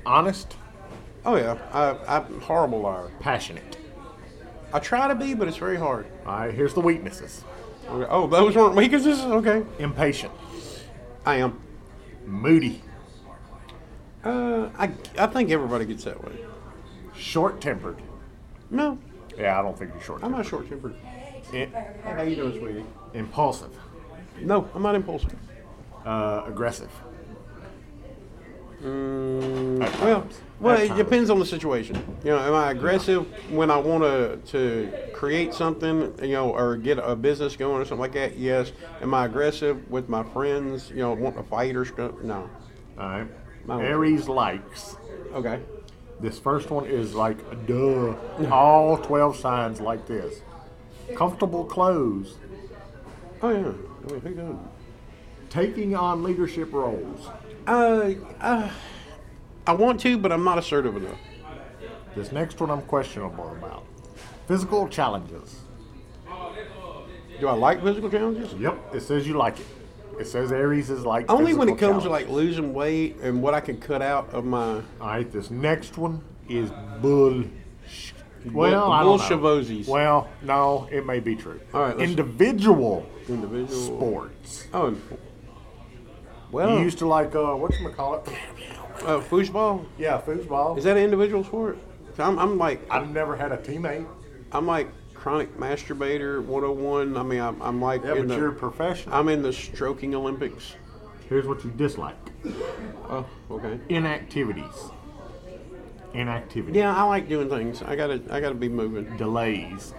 Speaker 2: honest,
Speaker 1: Oh yeah, I, I'm a horrible liar.
Speaker 2: passionate.
Speaker 1: I try to be, but it's very hard.
Speaker 2: All right, here's the weaknesses:
Speaker 1: Okay. Oh, those weren't weaknesses. Okay,
Speaker 2: impatient,
Speaker 1: I am.
Speaker 2: moody,
Speaker 1: Uh, I I think everybody gets that way.
Speaker 2: short-tempered.
Speaker 1: No,
Speaker 2: Yeah, I don't think you're short.
Speaker 1: I'm not short tempered. Hey, how you doing, sweetie?
Speaker 2: impulsive,
Speaker 1: No, I'm not impulsive.
Speaker 2: uh, aggressive. At
Speaker 1: Mm, Well,
Speaker 2: times.
Speaker 1: well,
Speaker 2: At
Speaker 1: it
Speaker 2: times.
Speaker 1: depends on the situation. You know, am I aggressive when I want to to create something, you know, or get a business going or something like that? Yes. Am I aggressive with my friends? You know, want to fight or stuff? No.
Speaker 2: All right.
Speaker 1: My word.
Speaker 2: Aries likes.
Speaker 1: Okay.
Speaker 2: This first one is like duh. All twelve signs like this. Comfortable clothes,
Speaker 1: Oh yeah. I mean, who doesn't?
Speaker 2: taking on leadership roles.
Speaker 1: Uh, uh, I want to, but I'm not assertive enough.
Speaker 2: This next one I'm questionable about. Physical challenges.
Speaker 1: Do I like physical challenges?
Speaker 2: Yep, it says you like it. It says Aries is like
Speaker 1: Only when it
Speaker 2: physical
Speaker 1: comes to like
Speaker 2: challenges.
Speaker 1: losing weight and what I can cut out of my
Speaker 2: All right, this next one is bull.
Speaker 1: Bull-
Speaker 2: Well, I don't know.
Speaker 1: bullshivosies.
Speaker 2: Well, no, it may be true.
Speaker 1: All right, let's-
Speaker 2: individual
Speaker 1: individual
Speaker 2: sports.
Speaker 1: Oh, and- well, Oh.
Speaker 2: You used to like uh, what you call it?
Speaker 1: uh, foosball.
Speaker 2: Yeah, foosball.
Speaker 1: Is that an individual sport? So I'm, I'm like,
Speaker 2: I've never had a teammate.
Speaker 1: I'm like chronic masturbator 101. I mean, I'm, I'm like
Speaker 2: Yeah,
Speaker 1: in
Speaker 2: but
Speaker 1: the,
Speaker 2: you're a professional.
Speaker 1: I'm in the stroking Olympics.
Speaker 2: Here's what you dislike:
Speaker 1: Oh, okay.
Speaker 2: inactivities, inactivity,
Speaker 1: Yeah, I like doing things. I gotta, I gotta be moving.
Speaker 2: delays.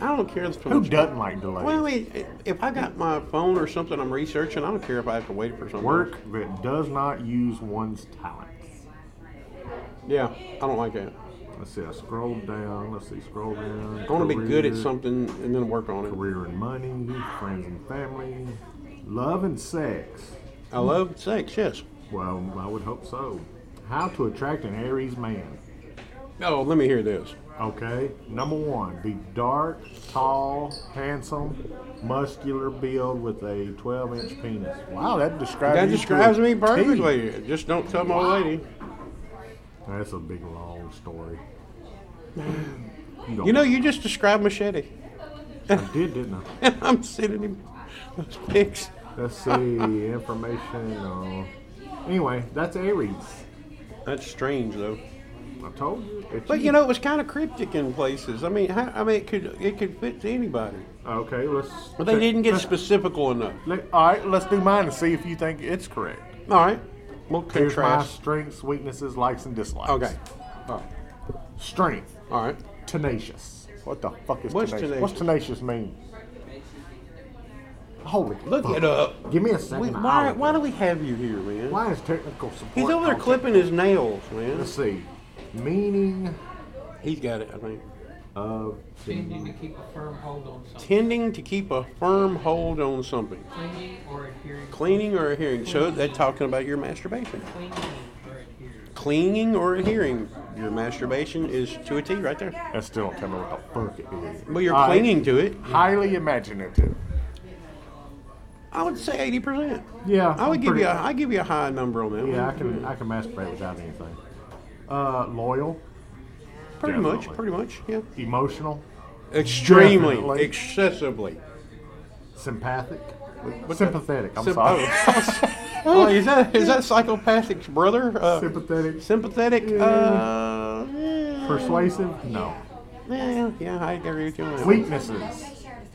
Speaker 1: I don't care if it's
Speaker 2: Who doesn't like delays?
Speaker 1: Well, I mean, if I got my phone or something I'm researching, I don't care if I have to wait for something.
Speaker 2: Work
Speaker 1: else.
Speaker 2: that does not use one's talents.
Speaker 1: Yeah, I don't like that.
Speaker 2: Let's see. I scroll down. Let's see. Scroll down.
Speaker 1: I want to be good at
Speaker 2: Career.
Speaker 1: something and then work on it.
Speaker 2: career and money, friends and family, love and sex.
Speaker 1: I love sex, yes.
Speaker 2: Well, I would hope so. How to attract an Aries man.
Speaker 1: Oh, let me hear this.
Speaker 2: Okay, number one, be dark, tall, handsome, muscular build with a 12 inch penis. Wow, that describes
Speaker 1: That
Speaker 2: you to a
Speaker 1: describes me
Speaker 2: T.
Speaker 1: perfectly. Just don't tell my old lady.
Speaker 2: That's a big long story.
Speaker 1: You know, you just described machete.
Speaker 2: I did, didn't I?
Speaker 1: I'm sending him those pics.
Speaker 2: Let's see, information. Uh, anyway, that's Aries.
Speaker 1: That's strange, though.
Speaker 2: I told you. It's
Speaker 1: But you know, it was kind of cryptic in places. I mean, how, I mean, it could it could fit to anybody.
Speaker 2: Okay, let's.
Speaker 1: But they
Speaker 2: check-
Speaker 1: didn't get
Speaker 2: let's
Speaker 1: specifical enough.
Speaker 2: Let, all right, let's do mine and see if you think it's correct.
Speaker 1: All right, we'll
Speaker 2: Here's my
Speaker 1: contrast.
Speaker 2: strengths, weaknesses, likes, and dislikes.
Speaker 1: Okay, all right,
Speaker 2: Strength,
Speaker 1: all right.
Speaker 2: tenacious. What the fuck is
Speaker 1: What's
Speaker 2: tenacious? What's tenacious mean? Holy
Speaker 1: Look
Speaker 2: fuck.
Speaker 1: it up.
Speaker 2: Give me a second.
Speaker 1: We,
Speaker 2: I'll-
Speaker 1: why why do we have you here, man?
Speaker 2: Why is technical support?
Speaker 1: He's over there
Speaker 2: contact-
Speaker 1: clipping his nails, man.
Speaker 2: Let's see. Meaning
Speaker 1: He's got it. I think.
Speaker 2: of
Speaker 6: Tending to keep a firm hold on something.
Speaker 1: Tending to keep a firm hold on something.
Speaker 6: Clinging or adhering.
Speaker 1: Cleaning or adhering. So they're talking about your masturbation.
Speaker 6: Clinging or adhering.
Speaker 1: Clinging or adhering. Your masturbation is to a T right there.
Speaker 2: that still don't tell me what the fuck it is.
Speaker 1: Well, you're
Speaker 2: All right.
Speaker 1: clinging to it.
Speaker 2: Highly imaginative.
Speaker 1: I would say eighty percent.
Speaker 2: Yeah,
Speaker 1: I would
Speaker 2: I'm
Speaker 1: give you.
Speaker 2: pretty-
Speaker 1: A, I give you a high number on that one.
Speaker 2: Yeah, I can I can masturbate without anything. Uh, loyal,
Speaker 1: Pretty much.
Speaker 2: Definitely.
Speaker 1: Pretty much. Yeah.
Speaker 2: emotional,
Speaker 1: Extremely,
Speaker 2: Definitely.
Speaker 1: excessively.
Speaker 2: sympathic, sympathetic. I'm
Speaker 1: Symp-
Speaker 2: sorry.
Speaker 1: oh, oh, is that is that psychopathic's brother? Uh,
Speaker 2: sympathetic,
Speaker 1: sympathetic.
Speaker 2: Yeah.
Speaker 1: Uh, yeah.
Speaker 2: persuasive. No
Speaker 1: Yeah, yeah, I agree with you. on that one.
Speaker 2: weaknesses.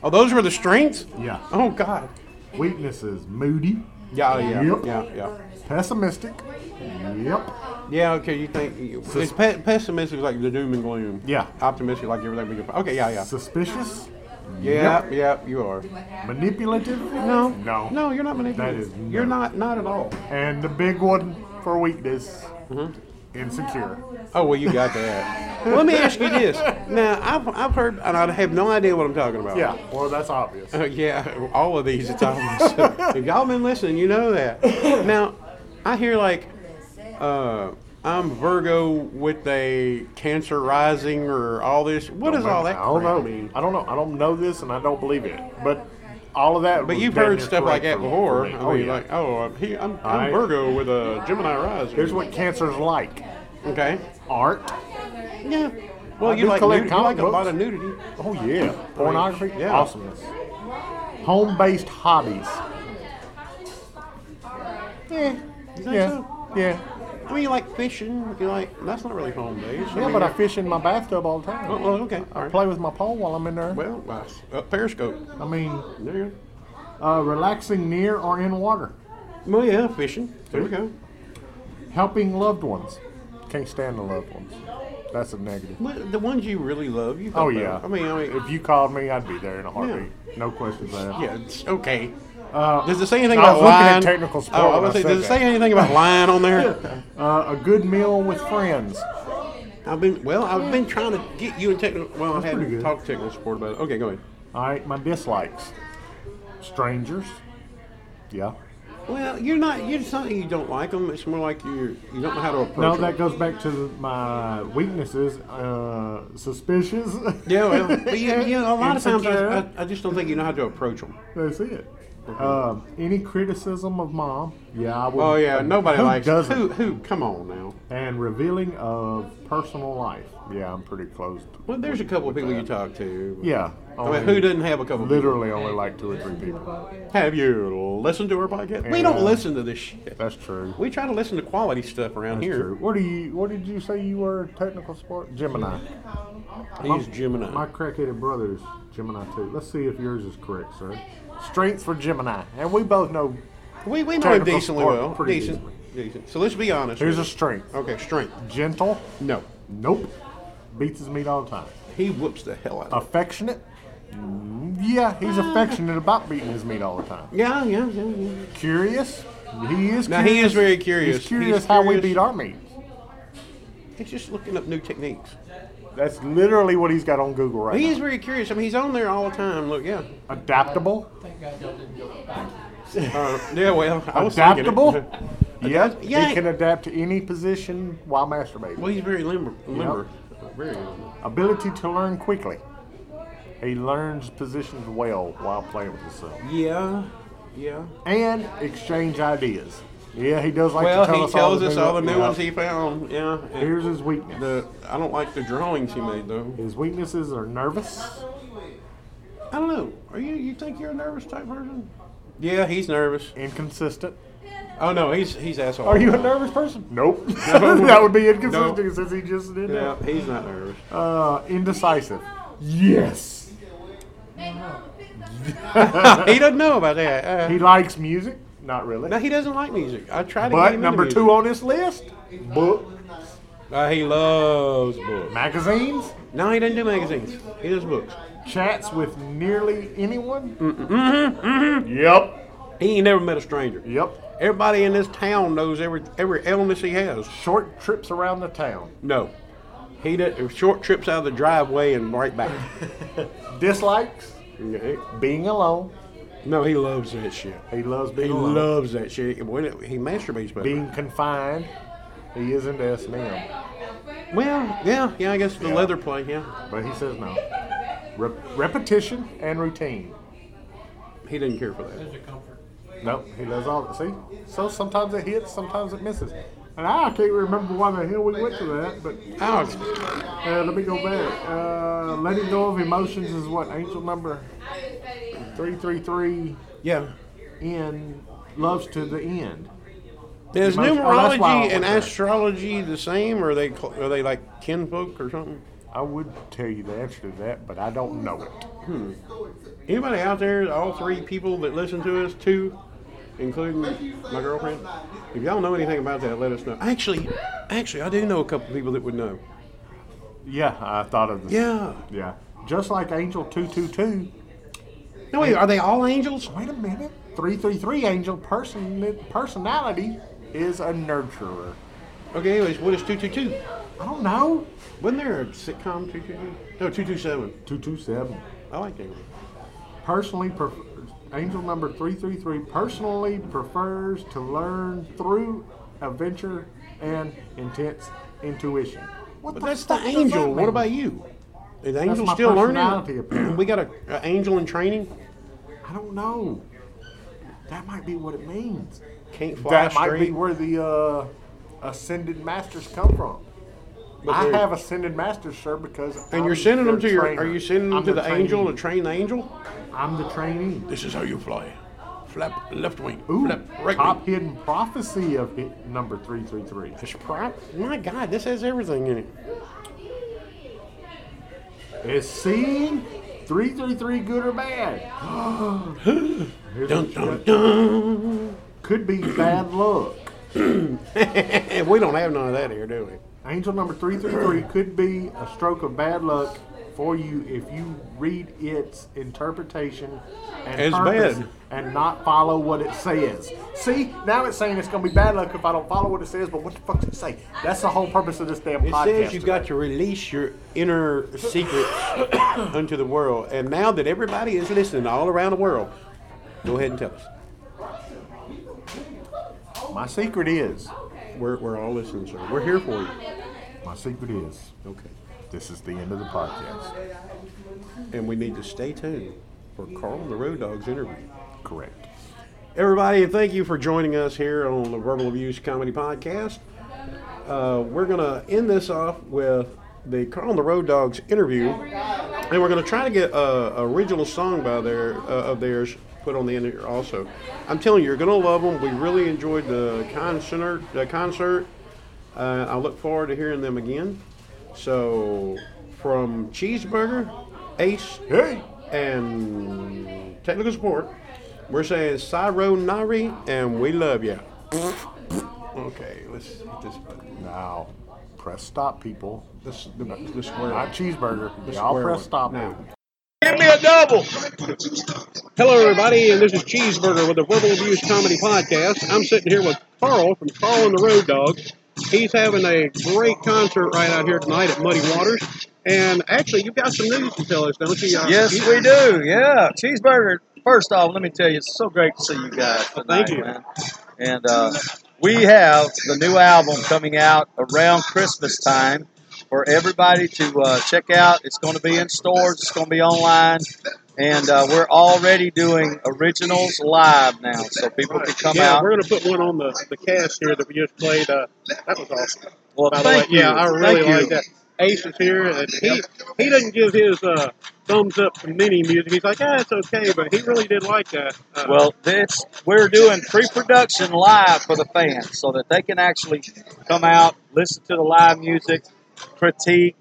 Speaker 1: Oh, those were the strengths.
Speaker 2: Yeah,
Speaker 1: Oh God.
Speaker 2: weaknesses. Moody,
Speaker 1: Yeah, yeah,
Speaker 2: Yep.
Speaker 1: yeah, yeah.
Speaker 2: pessimistic. Yep.
Speaker 1: Yeah, okay. You think you, it's
Speaker 2: Sus-
Speaker 1: pe- pessimistic, like the doom and gloom.
Speaker 2: Yeah.
Speaker 1: Optimistic, like everything we can. Okay, yeah, yeah.
Speaker 2: Suspicious,
Speaker 1: Yeah, yeah, you are.
Speaker 2: manipulative.
Speaker 1: No,
Speaker 2: no,
Speaker 1: no, you're not manipulative.
Speaker 2: That is
Speaker 1: you're
Speaker 2: no.
Speaker 1: not, not at all.
Speaker 2: And the big one for weakness,
Speaker 1: Mm-hmm.
Speaker 2: insecure.
Speaker 1: Oh well, you got that. Let me ask you this. Now, I've, I've heard, and I have no idea what I'm talking about.
Speaker 2: Yeah. Well, that's obvious.
Speaker 1: Uh, yeah, all of these it's obvious. if y'all been listening, you know that. Now, I hear like, uh, I'm Virgo with a Cancer rising or all this. What does all that?
Speaker 2: I don't
Speaker 1: crap
Speaker 2: know.
Speaker 1: mean?
Speaker 2: I don't know. I don't know this, and I don't believe it. But all of that.
Speaker 1: But
Speaker 2: was
Speaker 1: you've
Speaker 2: damn
Speaker 1: heard
Speaker 2: near
Speaker 1: stuff like
Speaker 2: correct
Speaker 1: that
Speaker 2: for me-
Speaker 1: before. I
Speaker 2: for me.
Speaker 1: mean, like, oh, I'm, he, I'm, I'm
Speaker 2: right.
Speaker 1: Virgo with a Gemini rising.
Speaker 2: here's what cancer's like:
Speaker 1: Okay.
Speaker 2: art.
Speaker 1: Yeah. Well,
Speaker 2: I
Speaker 1: you
Speaker 2: do
Speaker 1: like,
Speaker 2: collect
Speaker 1: nudity. you like a
Speaker 2: comic
Speaker 1: lot of
Speaker 2: books.
Speaker 1: nudity.
Speaker 2: Oh yeah, pornography.
Speaker 1: yeah.
Speaker 2: awesomeness. Home-based hobbies. Yeah,
Speaker 1: think
Speaker 2: yeah,
Speaker 1: so?
Speaker 2: yeah.
Speaker 1: I mean, you like fishing. You like that's not really home based.
Speaker 2: Yeah, but I fish in my bathtub all the time.
Speaker 1: Oh, well, okay. All
Speaker 2: I
Speaker 1: right.
Speaker 2: play with my pole while I'm in there.
Speaker 1: Well, wow. uh, Periscope.
Speaker 2: I mean,
Speaker 1: There you
Speaker 2: uh, relaxing near or in water,
Speaker 1: go. Well, yeah, fishing. There we go.
Speaker 2: helping loved ones. Can't stand the loved ones. That's a negative.
Speaker 1: Well, the ones you really love, you.
Speaker 2: Oh
Speaker 1: help
Speaker 2: yeah.
Speaker 1: out. uh, I mean, I mean,
Speaker 2: if you called me, I'd be there in a heartbeat. No questions asked.
Speaker 1: yeah, it's okay.
Speaker 2: Uh,
Speaker 1: Does it say anything
Speaker 2: I was
Speaker 1: about
Speaker 2: looking at
Speaker 1: lying?
Speaker 2: technical support
Speaker 1: Oh, I
Speaker 2: when
Speaker 1: was
Speaker 2: I
Speaker 1: saying, does it
Speaker 2: said
Speaker 1: say anything about lying on there?
Speaker 2: Uh, a good meal with friends.
Speaker 1: I've been well. I've been trying to get you in technical. Well, I
Speaker 2: pretty
Speaker 1: haven't
Speaker 2: good.
Speaker 1: talked technical support about it. Okay, go ahead.
Speaker 2: All right, my dislikes. Strangers. Yeah.
Speaker 1: Well, you're not. You're it's not that you don't like them. It's more like you. You don't know how to approach.
Speaker 2: No,
Speaker 1: 'em.
Speaker 2: that goes back to my weaknesses. Uh, suspicious.
Speaker 1: Yeah, well, but you, you know, a lot of times
Speaker 2: Insecure.
Speaker 1: I, I, I just don't think you know how to approach them.
Speaker 2: That's it. Um, any criticism of mom? Yeah, I would.
Speaker 1: Oh yeah, nobody
Speaker 2: who
Speaker 1: likes
Speaker 2: doesn't?
Speaker 1: who who. Come on now.
Speaker 2: And revealing of personal life. Yeah, I'm pretty close. To,
Speaker 1: Well, there's a couple of people you talk to.
Speaker 2: yeah.
Speaker 1: I mean,
Speaker 2: only-
Speaker 1: who doesn't have a couple? Literally.
Speaker 2: Literally, only like two or three people.
Speaker 1: Have you listened to our podcast? We don't
Speaker 2: Yeah.
Speaker 1: listen to this shit.
Speaker 2: That's true.
Speaker 1: We try to listen to quality stuff around
Speaker 2: That's
Speaker 1: here.
Speaker 2: true. What do you? What did you say you were? Technical sport, Gemini.
Speaker 1: He's
Speaker 2: My-
Speaker 1: Gemini.
Speaker 2: My crackheaded brother's Gemini too. Let's see if yours is correct, sir. Strength for Gemini, and we both know
Speaker 1: we we know
Speaker 2: Turned
Speaker 1: him
Speaker 2: across
Speaker 1: decently
Speaker 2: the park
Speaker 1: well.
Speaker 2: pretty
Speaker 1: Decent.
Speaker 2: easily.
Speaker 1: Decent. So let's be honest.
Speaker 2: here's a
Speaker 1: with it.
Speaker 2: strength.
Speaker 1: Okay, strength.
Speaker 2: Gentle,
Speaker 1: No.
Speaker 2: nope. Beats his meat all the time.
Speaker 1: He whoops the hell out of
Speaker 2: Affectionate, Mm, yeah, he's affectionate about beating his meat all the time.
Speaker 1: it. Yeah, yeah, yeah, yeah.
Speaker 2: Curious, he is.
Speaker 1: Now,
Speaker 2: curious.
Speaker 1: he is very curious.
Speaker 2: He's curious
Speaker 1: He's
Speaker 2: how we
Speaker 1: curious.
Speaker 2: beat our meat.
Speaker 1: He's just looking up new techniques.
Speaker 2: That's literally what he's got on Google right
Speaker 1: He
Speaker 2: now.
Speaker 1: is very curious. I mean, he's on there all the time. Look, yeah.
Speaker 2: Adaptable,
Speaker 6: Thank God y'all didn't go back.
Speaker 1: Uh, yeah, well, I was thinking it.
Speaker 2: adaptable. Yes,
Speaker 1: yeah.
Speaker 2: he can adapt to any position while masturbating.
Speaker 1: Well, he's very limber. limber. Very limber.
Speaker 2: Ability to learn quickly. He learns positions well while playing with himself.
Speaker 1: Yeah, yeah.
Speaker 2: And exchange ideas. Yeah, he does like
Speaker 1: Well,
Speaker 2: to tell
Speaker 1: he
Speaker 2: us all
Speaker 1: tells
Speaker 2: the
Speaker 1: us
Speaker 2: new,
Speaker 1: all the new
Speaker 2: yeah.
Speaker 1: ones he found. Yeah. and
Speaker 2: Here's his weakness.
Speaker 1: the I don't like the drawings he made though.
Speaker 2: his weaknesses are nervous.
Speaker 1: I don't know. Are you you think you're a nervous type person? Yeah, he's nervous.
Speaker 2: Inconsistent.
Speaker 1: Oh no, he's he's asshole.
Speaker 2: Are you a nervous person? Nope. that would be inconsistent
Speaker 1: No.
Speaker 2: since he just did
Speaker 1: Yeah,
Speaker 2: that.
Speaker 1: he's not nervous.
Speaker 2: Uh, indecisive. Yes.
Speaker 1: he doesn't know about that. Uh,
Speaker 2: He likes music. Not really.
Speaker 1: no, he doesn't like music. I try to. get
Speaker 2: But
Speaker 1: him
Speaker 2: number
Speaker 1: into
Speaker 2: two on this list, book,
Speaker 1: music. Uh, he loves books.
Speaker 2: magazines,
Speaker 1: No, he doesn't do magazines. He does books.
Speaker 2: chats with nearly anyone. Mm-hmm. Yep.
Speaker 1: He ain't never met a stranger.
Speaker 2: Yep.
Speaker 1: Everybody in this town knows every every illness he has.
Speaker 2: Short trips around the town.
Speaker 1: No, he does short trips out of the driveway and right back.
Speaker 2: Dislikes
Speaker 1: Yeah, he-
Speaker 2: being alone.
Speaker 1: no, he loves that shit.
Speaker 2: He loves
Speaker 1: He
Speaker 2: being alone.
Speaker 1: loves that shit. When it- he masturbates, but
Speaker 2: being confined. He is into S and M,
Speaker 1: well, yeah, yeah. I guess the leather play. Yeah,
Speaker 2: but he says no. Rep- repetition and routine.
Speaker 1: he didn't care for that.
Speaker 6: There's a comfort.
Speaker 2: Nope, he does all. See, so sometimes it hits, sometimes it misses. And I can't remember why the hell we went to that, but
Speaker 1: Ouch.
Speaker 2: uh, let me go back. Uh, letting go of emotions is what angel number three three three
Speaker 1: Yeah.
Speaker 2: in loves to the end.
Speaker 1: Is
Speaker 2: Emotion- oh, that's why I
Speaker 1: numerology
Speaker 2: went
Speaker 1: and
Speaker 2: there.
Speaker 1: astrology the same, or are they cl- are they like kinfolk or something?
Speaker 2: I would tell you the answer to that, but I don't know it.
Speaker 1: Anybody out there, all three people that listen to us, two, including my girlfriend, if y'all know anything about that, let us know. Actually, actually, I do know a couple people that would know.
Speaker 2: Yeah, I thought of this.
Speaker 1: Yeah.
Speaker 2: yeah. Just like Angel two two two.
Speaker 1: No, wait, are they all angels?
Speaker 2: Wait a minute. Three three three Angel person personality is a nurturer.
Speaker 1: Okay, anyways, what is 222?
Speaker 2: I don't know.
Speaker 1: Wasn't there a sitcom 222? No, 227.
Speaker 2: Two two seven.
Speaker 1: I like that one.
Speaker 2: personally pref angel number 333 personally prefers to learn through adventure and intense intuition what
Speaker 1: But that's the
Speaker 2: fuck does that
Speaker 1: angel.
Speaker 2: mean?
Speaker 1: What about you? Is angel
Speaker 2: my
Speaker 1: still
Speaker 2: personality, apparently.
Speaker 1: learning? we got a, a angel in training.
Speaker 2: i don't know that might be what it means
Speaker 1: Can't fly
Speaker 2: that might be
Speaker 1: straight.
Speaker 2: where the uh, ascended masters come from
Speaker 1: but
Speaker 2: I
Speaker 1: they're-
Speaker 2: have ascended masters, sir, because
Speaker 1: And you're sending them to your?
Speaker 2: trainer.
Speaker 1: Are you sending them
Speaker 2: I'm
Speaker 1: to
Speaker 2: the
Speaker 1: the angel to
Speaker 2: trainee.
Speaker 1: train the angel?
Speaker 2: I'm the trainee.
Speaker 4: This is how you fly. Flap left wing,
Speaker 2: Ooh,
Speaker 4: flap right
Speaker 2: top
Speaker 4: wing.
Speaker 2: hidden prophecy of hit number three three three.
Speaker 1: It's prop. My God, this has everything in it.
Speaker 2: Is seeing 333 good or bad? Here's
Speaker 4: Dun
Speaker 2: what you
Speaker 4: dun
Speaker 2: got.
Speaker 4: dun.
Speaker 2: Could be bad luck.
Speaker 1: And we don't have none of that here, do we?
Speaker 2: Angel number 333 could be a stroke of bad luck for you if you read its interpretation and
Speaker 1: As
Speaker 2: purpose
Speaker 1: bad.
Speaker 2: and not follow what it says. See, now it's saying it's going to be bad luck if I don't follow what it says, but what the fuck does it say? That's the whole purpose of this damn
Speaker 1: It
Speaker 2: podcast.
Speaker 1: says you've
Speaker 2: today.
Speaker 1: got to release your inner secrets unto the world. And now that everybody is listening all around the world, go ahead and tell us.
Speaker 2: My secret is.
Speaker 1: We're, we're all listening, sir. We're here for you.
Speaker 2: My secret is.
Speaker 1: Okay.
Speaker 2: This is the end of the podcast.
Speaker 1: And we need to stay tuned for Carl and the Road Dogs interview.
Speaker 2: Correct.
Speaker 1: Everybody, thank you for joining us here on the Verbal Abuse Comedy Podcast. Uh, we're going to end this off with the Carl and the Road Dogs interview, and we're going to try to get a original song by their uh, of theirs put on the end here also. I'm telling you, you're going to love them. We really enjoyed the concert. The concert. Uh, I look forward to hearing them again. So from Cheeseburger, Ace,
Speaker 2: Hey,
Speaker 1: and technical support. We're saying Syro Nari, and we love you. Okay, let's hit this button.
Speaker 2: now press stop, people.
Speaker 1: This the, the square.
Speaker 2: Not cheeseburger.
Speaker 1: the
Speaker 2: Y'all
Speaker 1: square
Speaker 2: press
Speaker 1: one.
Speaker 2: stop
Speaker 1: now.
Speaker 7: Hello, everybody, and this is Cheeseburger with the Verbal Abuse Comedy Podcast. I'm sitting here with Carl from Carl and the Road Dog. He's having a great concert right out here tonight at Muddy Waters. And actually, you've got some news to tell us, don't you? Uh,
Speaker 8: Yes,
Speaker 7: you-
Speaker 8: we do. Yeah, cheeseburger. First off, let me tell you, it's so great to see you guys. Tonight,
Speaker 7: Thank you.
Speaker 8: man. And uh, we have the new album coming out around Christmas time for everybody to uh, check out. It's going to be in stores. It's going to be online. And uh, we're already doing originals live now, so people can come
Speaker 7: Yeah,
Speaker 8: out.
Speaker 7: we're going to put one on the, the cast here that we just played. Uh, that was awesome.
Speaker 8: Well,
Speaker 7: By the way,
Speaker 8: thank you.
Speaker 7: yeah, I really
Speaker 8: Thank you.
Speaker 7: like that. Ace is here, and he he doesn't give his uh, thumbs up to many music. He's like, ah, it's okay, but he really did like that. Uh,
Speaker 8: Well, this we're doing pre-production live for the fans, so that they can actually come out, listen to the live music, critique.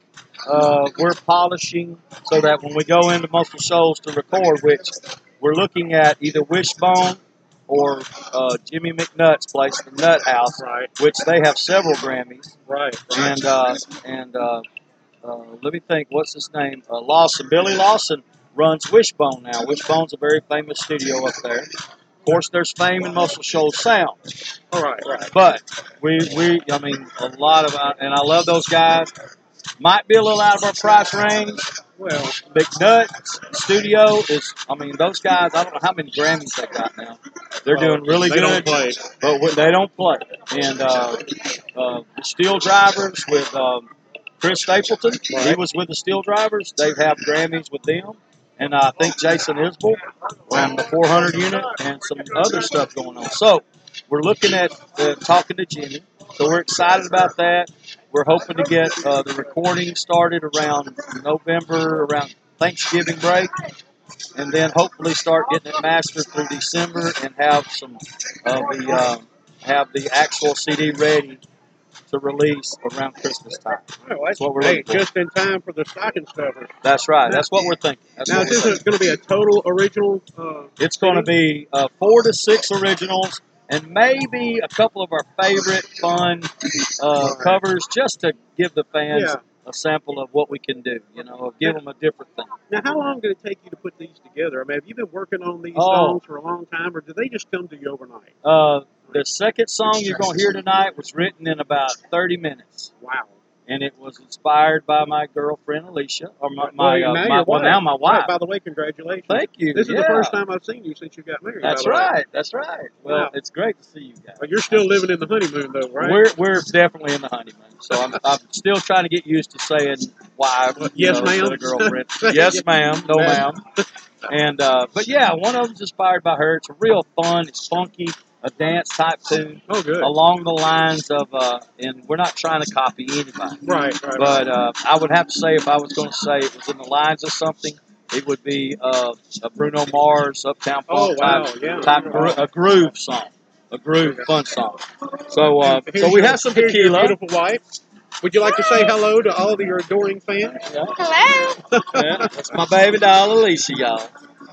Speaker 8: Uh, we're polishing so that when we go into multiple shows to record, which we're looking at either Wishbone or uh, Jimmy McNutt's place, the Nut House,
Speaker 7: right,
Speaker 8: which they have several Grammys,
Speaker 7: right, right.
Speaker 8: and uh, and uh, uh, let me think, what's his name? Uh, Lawson, Billy Lawson runs Wishbone now. Wishbone's a very famous studio up there. Of course, there's fame in Muscle Shoals Sound,
Speaker 7: All right, right.
Speaker 8: but we we I mean a lot of uh, and I love those guys. Might be a little out of our price range.
Speaker 7: Well,
Speaker 8: McNutt Studio is I mean those guys. I don't know how many Grammys they got now. They're doing really
Speaker 7: uh, they
Speaker 8: good
Speaker 7: don't play.
Speaker 8: but when they don't play. And uh, uh, the Steel Drivers with um, Chris Stapleton, he was with the Steel Drivers. They have Grammys with them. And I think Jason Isbell and the 400 unit and some other stuff going on. So we're looking at uh, talking to Jimmy. So we're excited about that. We're hoping to get uh, the recording started around November, around Thanksgiving break, and then hopefully start getting it mastered through December and have some of the um, have the actual CD ready to release around Christmas time.
Speaker 7: Well, that's
Speaker 8: what we're
Speaker 7: hey,
Speaker 8: looking for.
Speaker 7: just in time for the stocking stuffers.
Speaker 8: That's right. That's what we're thinking. That's
Speaker 7: Now,
Speaker 8: what
Speaker 7: is
Speaker 8: we're
Speaker 7: this
Speaker 8: thinking.
Speaker 7: is going to be a total original. Uh,
Speaker 8: It's going to be uh, four to six originals and maybe a couple of our favorite fun uh, covers just to give the fans
Speaker 7: Yeah.
Speaker 8: a sample of what we can do, you know, or give them a different thing.
Speaker 7: now, how long did it take you to put these together? I mean, have you been working on these
Speaker 8: Oh.
Speaker 7: songs for a long time, or do they just come to you overnight?
Speaker 8: Uh, the second song you're going to hear tonight was written in about 30 minutes.
Speaker 7: Wow.
Speaker 8: And it was inspired by my girlfriend Alicia, or my, my, uh,
Speaker 7: Well, now
Speaker 8: my well
Speaker 7: your wife.
Speaker 8: now my
Speaker 7: Right,
Speaker 8: wife.
Speaker 7: by the way, congratulations.
Speaker 8: Thank you.
Speaker 7: This is
Speaker 8: yeah.
Speaker 7: the first time I've seen you since you got married. by
Speaker 8: That's
Speaker 7: the way.
Speaker 8: right. That's right. Well,
Speaker 7: Wow.
Speaker 8: it's great to see you guys.
Speaker 7: But You're still living in the honeymoon, though, right?
Speaker 8: We're, we're definitely in the honeymoon, so I'm, I'm still trying to get used to saying why. you
Speaker 7: Yes,
Speaker 8: know,
Speaker 7: ma'am.
Speaker 8: To the girlfriend. yes, ma'am. No, ma'am. And uh, but yeah, one of them's inspired by her. It's real fun. It's funky, a dance type tune
Speaker 7: oh, good.
Speaker 8: along the lines of. Uh, and we're not trying to copy anybody,
Speaker 7: Right, right.
Speaker 8: but uh, I would have to say if I was going to say it was in the lines of something, it would be uh, a Bruno Mars, Uptown
Speaker 7: oh,
Speaker 8: Funk
Speaker 7: wow.
Speaker 8: type
Speaker 7: Yeah.
Speaker 8: type gro- a groove song, a groove fun song. So uh,
Speaker 7: Here's
Speaker 8: so we
Speaker 7: your-
Speaker 8: have some
Speaker 7: here's your
Speaker 8: tequila.
Speaker 7: beautiful wife. Would you like to say hello to all of your adoring fans?
Speaker 8: Yeah, that's my baby doll Alicia, y'all.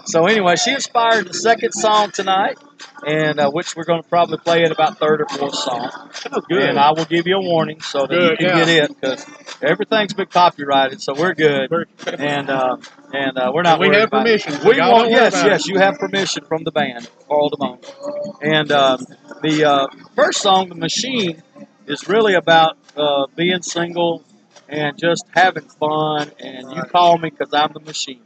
Speaker 8: So anyway, she inspired the second song tonight, and uh, which we're going to probably play in about third or fourth song.
Speaker 7: Oh, good.
Speaker 8: And I will give you a warning so that you
Speaker 7: Good,
Speaker 8: can
Speaker 7: yeah.
Speaker 8: get it because everything's been copyrighted, so we're good.
Speaker 7: We're-
Speaker 8: and uh, and uh, we're not.
Speaker 7: we
Speaker 8: worried
Speaker 7: have
Speaker 8: about it.
Speaker 7: permission.
Speaker 8: We
Speaker 7: Y'all
Speaker 8: want
Speaker 7: don't worry
Speaker 8: yes,
Speaker 7: about
Speaker 8: yes. You have permission from the band, Carl Damone. And um, the uh, first song, "The Machine," is really about uh, being single and just having fun. And you call me because I'm the machine,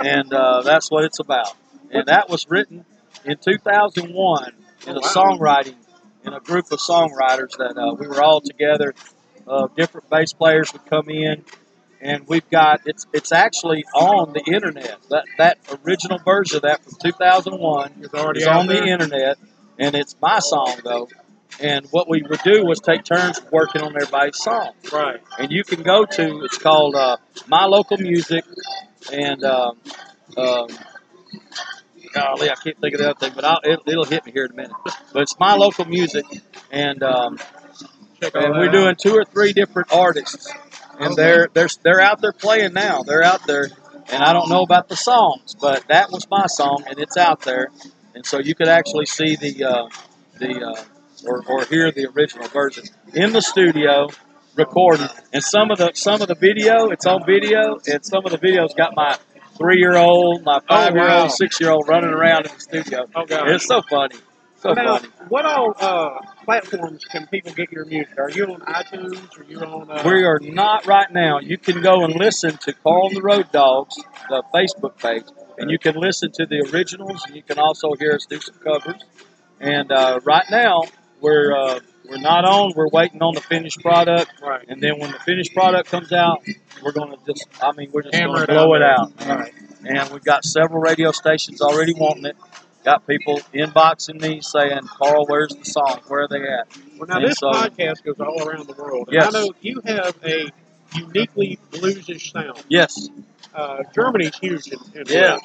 Speaker 8: and uh, that's what it's about. And that was written in 2001 in a songwriting in a group of songwriters that uh, we were all together. Uh, different bass players would come in, and we've got it's it's actually on the internet. That that original version of that from 2001
Speaker 7: It's already
Speaker 8: is
Speaker 7: out
Speaker 8: on
Speaker 7: there.
Speaker 8: the internet, and it's my song though. And what we would do was take turns working on everybody's song,
Speaker 7: Right.
Speaker 8: and you can go to it's called uh, My Local Music, and um, um, golly, I can't think of the other thing, but I'll, it, it'll hit me here in a minute. But it's My Local Music, and um,
Speaker 7: Check all
Speaker 8: and we're
Speaker 7: that
Speaker 8: doing two or three different artists. and they're they're they're out there playing now. They're out there, and I don't know about the songs, but that was my song, and it's out there, and so you could actually see the uh, the uh, or, or hear the original version in the studio recording. And some of the some of the video, it's on video, and some of the videos got my three year old, my five year
Speaker 7: Oh, wow.
Speaker 8: old, six year old running around in the studio.
Speaker 7: Oh, gosh.
Speaker 8: it's so funny, so
Speaker 7: Now,
Speaker 8: funny.
Speaker 7: what all uh, platforms can people get your music? Are you on iTunes? Are you on? Uh,
Speaker 8: We are not right now. You can go and listen to Carl and the Road Dogs, the Facebook page, and you can listen to the originals, and you can also hear us do some covers. And uh, right now, we're uh, we're not on. We're waiting on the finished product,
Speaker 7: Right.
Speaker 8: and then when the finished product comes out, we're gonna just. I mean, we're just gonna
Speaker 7: Hammer it
Speaker 8: blow
Speaker 7: out.
Speaker 8: it out.
Speaker 7: All right.
Speaker 8: And we've got several radio stations already wanting it. Got people inboxing me saying, "Carl, where's the song? Where are they at?"
Speaker 7: Well, now
Speaker 8: And
Speaker 7: this
Speaker 8: so-
Speaker 7: podcast goes all around the world. And
Speaker 8: Yes.
Speaker 7: I know you have a uniquely bluesish sound.
Speaker 8: Yes,
Speaker 7: Uh, Germany's huge in, in
Speaker 8: Yeah.
Speaker 7: blues.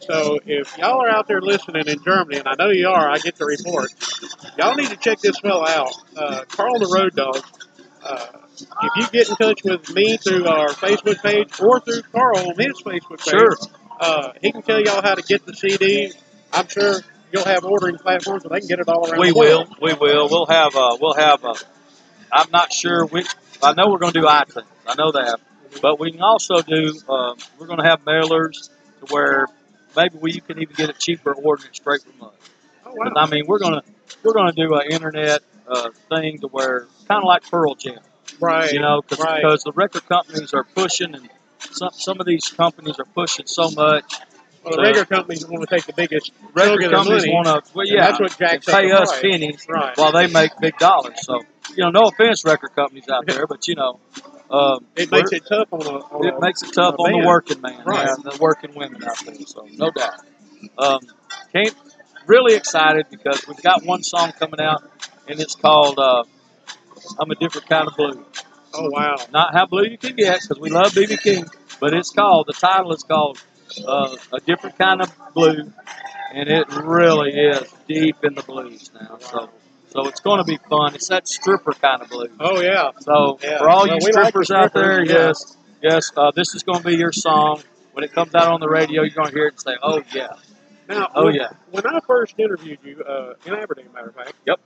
Speaker 7: So if y'all are out there listening in Germany, and I know you are, I get the report. Y'all need to check this fellow out, uh, Carl the Road Dog. Uh, if you get in touch with me through our Facebook page or through Carl on his Facebook page,
Speaker 8: sure.
Speaker 7: uh, he can tell y'all how to get the CD. I'm sure you'll have ordering platforms, but they can get it all around.
Speaker 8: We
Speaker 7: the world.
Speaker 8: will. We will. We'll have. Uh, we'll have. Uh, I'm not sure which. I know we're going to do iTunes. I know that. But we can also do. Uh, we're going to have mailers to where maybe we you can even get it cheaper ordering it straight from us.
Speaker 7: Oh, wow.
Speaker 8: But I mean, we're gonna we're gonna do an internet uh, thing to where kind of like Pearl Jam.
Speaker 7: Right.
Speaker 8: You know, because
Speaker 7: right.
Speaker 8: the record companies are pushing and. Some, some of these companies are pushing so much.
Speaker 7: Well, the record companies want to take the biggest chunk
Speaker 8: Record
Speaker 7: of the
Speaker 8: companies
Speaker 7: money.
Speaker 8: want to, well,
Speaker 7: and
Speaker 8: yeah,
Speaker 7: that's what jacks up
Speaker 8: pay
Speaker 7: the
Speaker 8: us
Speaker 7: price.
Speaker 8: pennies,
Speaker 7: Right.
Speaker 8: while they make big dollars. So, you know, no offense, record companies out there, but you know, um,
Speaker 7: it makes
Speaker 8: we're-
Speaker 7: it tough on a. On
Speaker 8: it
Speaker 7: a
Speaker 8: makes it tough
Speaker 7: a
Speaker 8: on the
Speaker 7: man.
Speaker 8: working man
Speaker 7: Right.
Speaker 8: and the working women out there. So, no doubt. Um, can't really excited because we've got one song coming out, and it's called uh, "I'm a Different Kind of Blue."
Speaker 7: oh wow.
Speaker 8: Not how blue you can get because we love BB King, but it's called the title is called uh, "A Different Kind of Blue," and it really is deep in the blues now. So, so it's going to be fun. It's that stripper kind of blues.
Speaker 7: Oh yeah.
Speaker 8: So
Speaker 7: Yeah.
Speaker 8: for all
Speaker 7: Well,
Speaker 8: you
Speaker 7: we like
Speaker 8: strippers
Speaker 7: the
Speaker 8: out there,
Speaker 7: strippers, yeah.
Speaker 8: yes, yes, uh, this is going to be your song. When it comes out on the radio, you're going to hear it and say, "Oh yeah,
Speaker 7: Now,
Speaker 8: oh
Speaker 7: when,
Speaker 8: yeah."
Speaker 7: when I first interviewed you uh, in Aberdeen, matter of fact.
Speaker 8: Yep.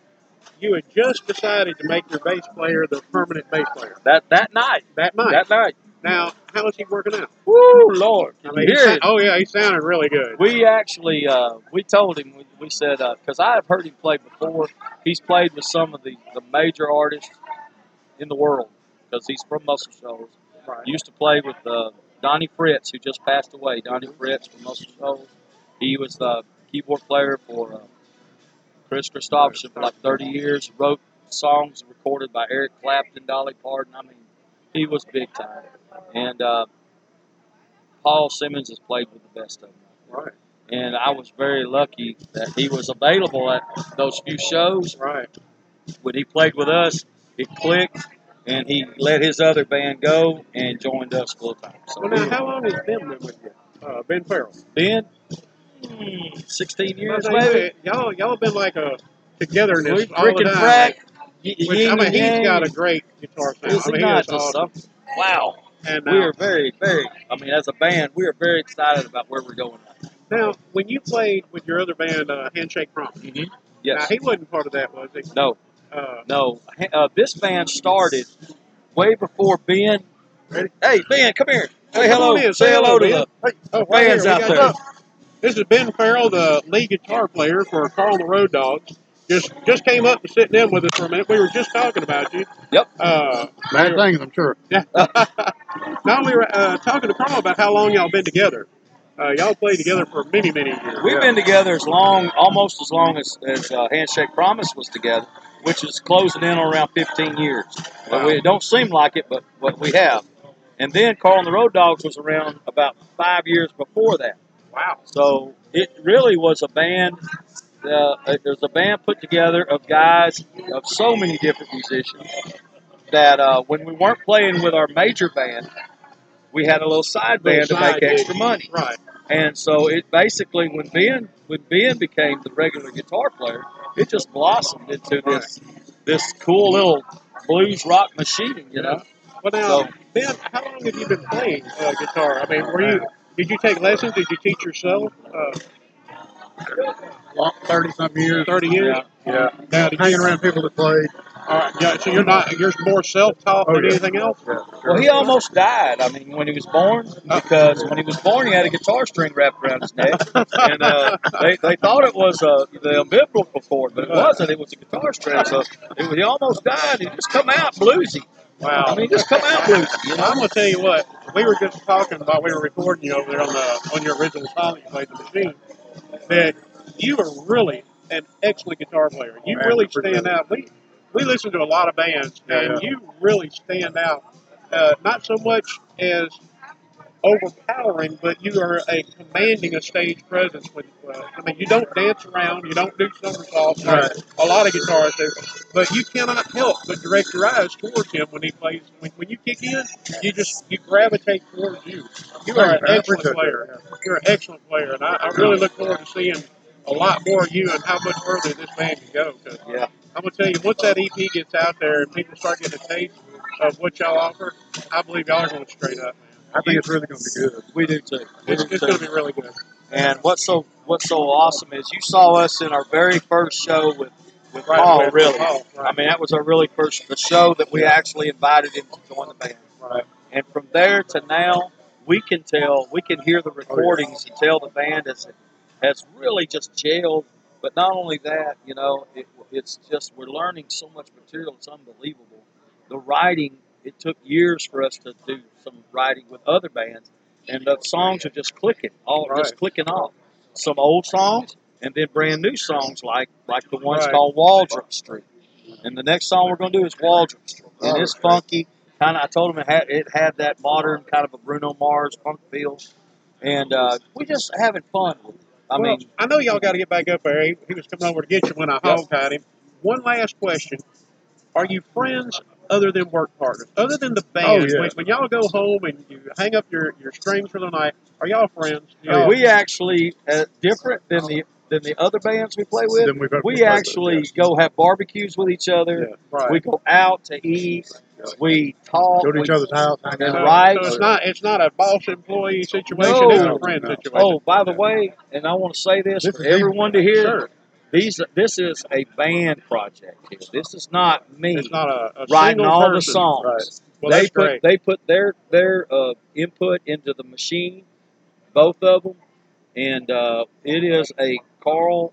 Speaker 7: You had just decided to make your bass player the permanent bass player
Speaker 8: That that night,
Speaker 7: that night.
Speaker 8: that night.
Speaker 7: now, how is he working out?
Speaker 8: Woo, Lord!
Speaker 7: I
Speaker 8: Did
Speaker 7: mean,
Speaker 8: you
Speaker 7: he
Speaker 8: hear
Speaker 7: sa-
Speaker 8: it?
Speaker 7: oh yeah, he sounded really good.
Speaker 8: We actually uh, we told him we, we said because I have heard him play before. He's played with some of the, the major artists in the world because he's from Muscle Shoals.
Speaker 7: Right.
Speaker 8: Used to play with uh, Donnie Fritz, who just passed away. Donnie Fritz from Muscle Shoals. He was the keyboard player for uh, Chris Christopherson for like 30 years. Wrote songs recorded by Eric Clapton, Dolly Parton. I mean, he was big time. And uh, Paul Simmons has played with the best of them.
Speaker 7: Right.
Speaker 8: And I was very lucky that he was available at those few shows
Speaker 7: Right.
Speaker 8: when he played with us, it clicked, and he let his other band go and joined us full time. So
Speaker 7: Well, now, how long has Ben been with you? Uh, ben Farrell.
Speaker 8: Ben, hmm, 16 years
Speaker 7: Well, they
Speaker 8: maybe.
Speaker 7: say Y'all, y'all been like a togetherness
Speaker 8: We've
Speaker 7: all the
Speaker 8: Rick and
Speaker 7: time.
Speaker 8: Frack. y-
Speaker 7: Which,
Speaker 8: yin
Speaker 7: I mean,
Speaker 8: and
Speaker 7: he's
Speaker 8: yang.
Speaker 7: got a great guitar sound.
Speaker 8: Is
Speaker 7: I
Speaker 8: he
Speaker 7: mean,
Speaker 8: not
Speaker 7: is
Speaker 8: just
Speaker 7: awesome.
Speaker 8: something? Wow.
Speaker 7: And uh,
Speaker 8: We
Speaker 7: now,
Speaker 8: are very, very, I mean, as a band, we are very excited about where we're going.
Speaker 7: now, when you played with your other band, uh, Handshake Promise,
Speaker 8: Mm-hmm.
Speaker 7: now
Speaker 8: Yes.
Speaker 7: he wasn't part of that, was he?
Speaker 8: No,
Speaker 7: Uh,
Speaker 8: no. Uh, this band started way before Ben.
Speaker 7: Ready?
Speaker 8: Hey, Ben, come here. Say
Speaker 7: Hey, come
Speaker 8: hello.
Speaker 7: on in.
Speaker 8: Say,
Speaker 7: Say hello,
Speaker 8: hello to
Speaker 7: Ben.
Speaker 8: the
Speaker 7: oh, right
Speaker 8: fans
Speaker 7: here, we
Speaker 8: out
Speaker 7: got
Speaker 8: there.
Speaker 7: Buck. This is Ben Farrell, the lead guitar player for Carl and the Road Dogs. Just just came up to sit down with us for a minute. We were just talking about you.
Speaker 8: Yep.
Speaker 7: Uh,
Speaker 2: Bad things, I'm sure.
Speaker 7: now we were uh, talking to Carl about how long y'all been together. Uh, y'all played together for many, many years.
Speaker 8: We've been together as long, almost as long as, as uh, Handshake Promise was together, which is closing in on around 15 years. But we, it don't seem like it, but, but we have. And then Carl and the Road Dogs was around about five years before that.
Speaker 7: Wow.
Speaker 8: So it really was a band. Uh, it was a band put together of guys of so many different musicians that uh, when we weren't playing with our major band, we had a little side band to make extra money.
Speaker 7: Right.
Speaker 8: And so it basically, when Ben when Ben became the regular guitar player, it just blossomed into this this cool little blues rock machine, you know.
Speaker 7: But now,
Speaker 8: So-
Speaker 7: Ben, how long have you been playing uh, guitar? I mean, were you did you take lessons? Did you teach yourself? Uh,
Speaker 9: Thirty something years.
Speaker 7: Thirty years.
Speaker 9: Yeah.
Speaker 7: Now, do you-
Speaker 9: Hanging around people that play.
Speaker 7: All right. Yeah. So you're not you're more self taught
Speaker 9: Oh,
Speaker 7: than
Speaker 9: yeah.
Speaker 7: anything else.
Speaker 9: Yeah.
Speaker 8: Well, he almost died. I mean, when he was born, because when he was born, he had a guitar string wrapped around his neck, and uh, they, they thought it was uh, the umbilical cord, but it wasn't. It was a guitar string. So it, he almost died. He just come out bluesy.
Speaker 7: Wow.
Speaker 8: I mean, just come out bluesy. You
Speaker 7: I'm
Speaker 8: know?
Speaker 7: gonna tell you what. We were just talking while we were recording you over there on the on your original song you played the machine. That you are really an excellent guitar player. You
Speaker 9: Man,
Speaker 7: really
Speaker 9: appreciate
Speaker 7: stand
Speaker 9: it.
Speaker 7: out. We we listen to a lot of bands,
Speaker 9: Yeah,
Speaker 7: and
Speaker 9: yeah.
Speaker 7: you really stand out. Uh, not so much as overpowering, but you are a commanding a stage presence. With uh, I mean, you don't dance around, you don't do somersaults like
Speaker 9: Right.
Speaker 7: a lot of guitarists do, but you cannot help but direct your eyes towards him when he plays. When, when you kick in, you just you gravitate towards you. You are an
Speaker 9: Thank you, man. I
Speaker 7: excellent
Speaker 9: appreciate
Speaker 7: player. You're an excellent player, and I, I really look forward to seeing a lot more of you and how much further this band can go. 'cause
Speaker 8: Yeah.
Speaker 7: I'm gonna tell you, once that EP gets out there and people start getting a taste of what y'all offer, I believe y'all are going straight up.
Speaker 9: I think it's really going to be good.
Speaker 8: We do too. We
Speaker 7: It's,
Speaker 8: do
Speaker 7: it's
Speaker 8: too.
Speaker 7: going to be really good.
Speaker 8: And what's so what's so awesome is you saw us in our very first show with with
Speaker 7: Right,
Speaker 8: Paul.
Speaker 7: with
Speaker 8: Oh, really,
Speaker 7: Paul,
Speaker 8: I
Speaker 7: right.
Speaker 8: mean that was our really first the show that we actually invited him to join the band.
Speaker 7: Right.
Speaker 8: And from there to now, we can tell we can hear
Speaker 7: Oh,
Speaker 8: the recordings and tell the band has has really just jailed. But not only that, you know, it, it's just we're learning so much material. It's unbelievable. The writing it took years for us to do some writing with other bands, and the songs are just clicking, all just
Speaker 7: Right.
Speaker 8: clicking off. Some old songs, and then brand new songs like like the one's
Speaker 7: Right.
Speaker 8: called Waldrop Street. And the next song we're going to do is Waldrop Street, and
Speaker 9: Oh,
Speaker 8: it's funky. Kind of, I told him it had it had that modern kind of a Bruno Mars funk feel, and uh, we just having fun with it. I
Speaker 7: well,
Speaker 8: mean,
Speaker 7: I know y'all got to get back up there. He, he was coming over to get you when I
Speaker 8: Yep.
Speaker 7: hog tied him. One last question: Are you friends other than work partners? Other than the band,
Speaker 9: Oh, yeah.
Speaker 7: when, when y'all go home and you hang up your, your strings for the night, are y'all friends? Do y'all,
Speaker 8: we actually uh, different than the than the other bands we play with.
Speaker 9: Then we've got-
Speaker 8: We
Speaker 9: we've got-
Speaker 8: actually go have barbecues with each other.
Speaker 7: right.
Speaker 8: We go out to eat. We talk.
Speaker 9: Go to
Speaker 8: we-
Speaker 9: each other's house. hang
Speaker 8: And
Speaker 9: out.
Speaker 7: so,
Speaker 8: right.
Speaker 7: so it's not it's not a boss employee situation.
Speaker 8: No.
Speaker 7: It's a friend
Speaker 9: No.
Speaker 7: situation.
Speaker 8: Oh, by the way, and I want to say this,
Speaker 9: This
Speaker 8: for
Speaker 9: is even-
Speaker 8: everyone to hear.
Speaker 7: Sure.
Speaker 8: These this is a band project. Here. This is not me
Speaker 7: it's not a, a
Speaker 8: writing
Speaker 7: single
Speaker 8: all the
Speaker 7: person.
Speaker 8: songs.
Speaker 7: Right. Well,
Speaker 8: they
Speaker 7: that's
Speaker 8: put
Speaker 7: great.
Speaker 8: they put their their uh, input into the machine, both of them, and uh, it is a Carl,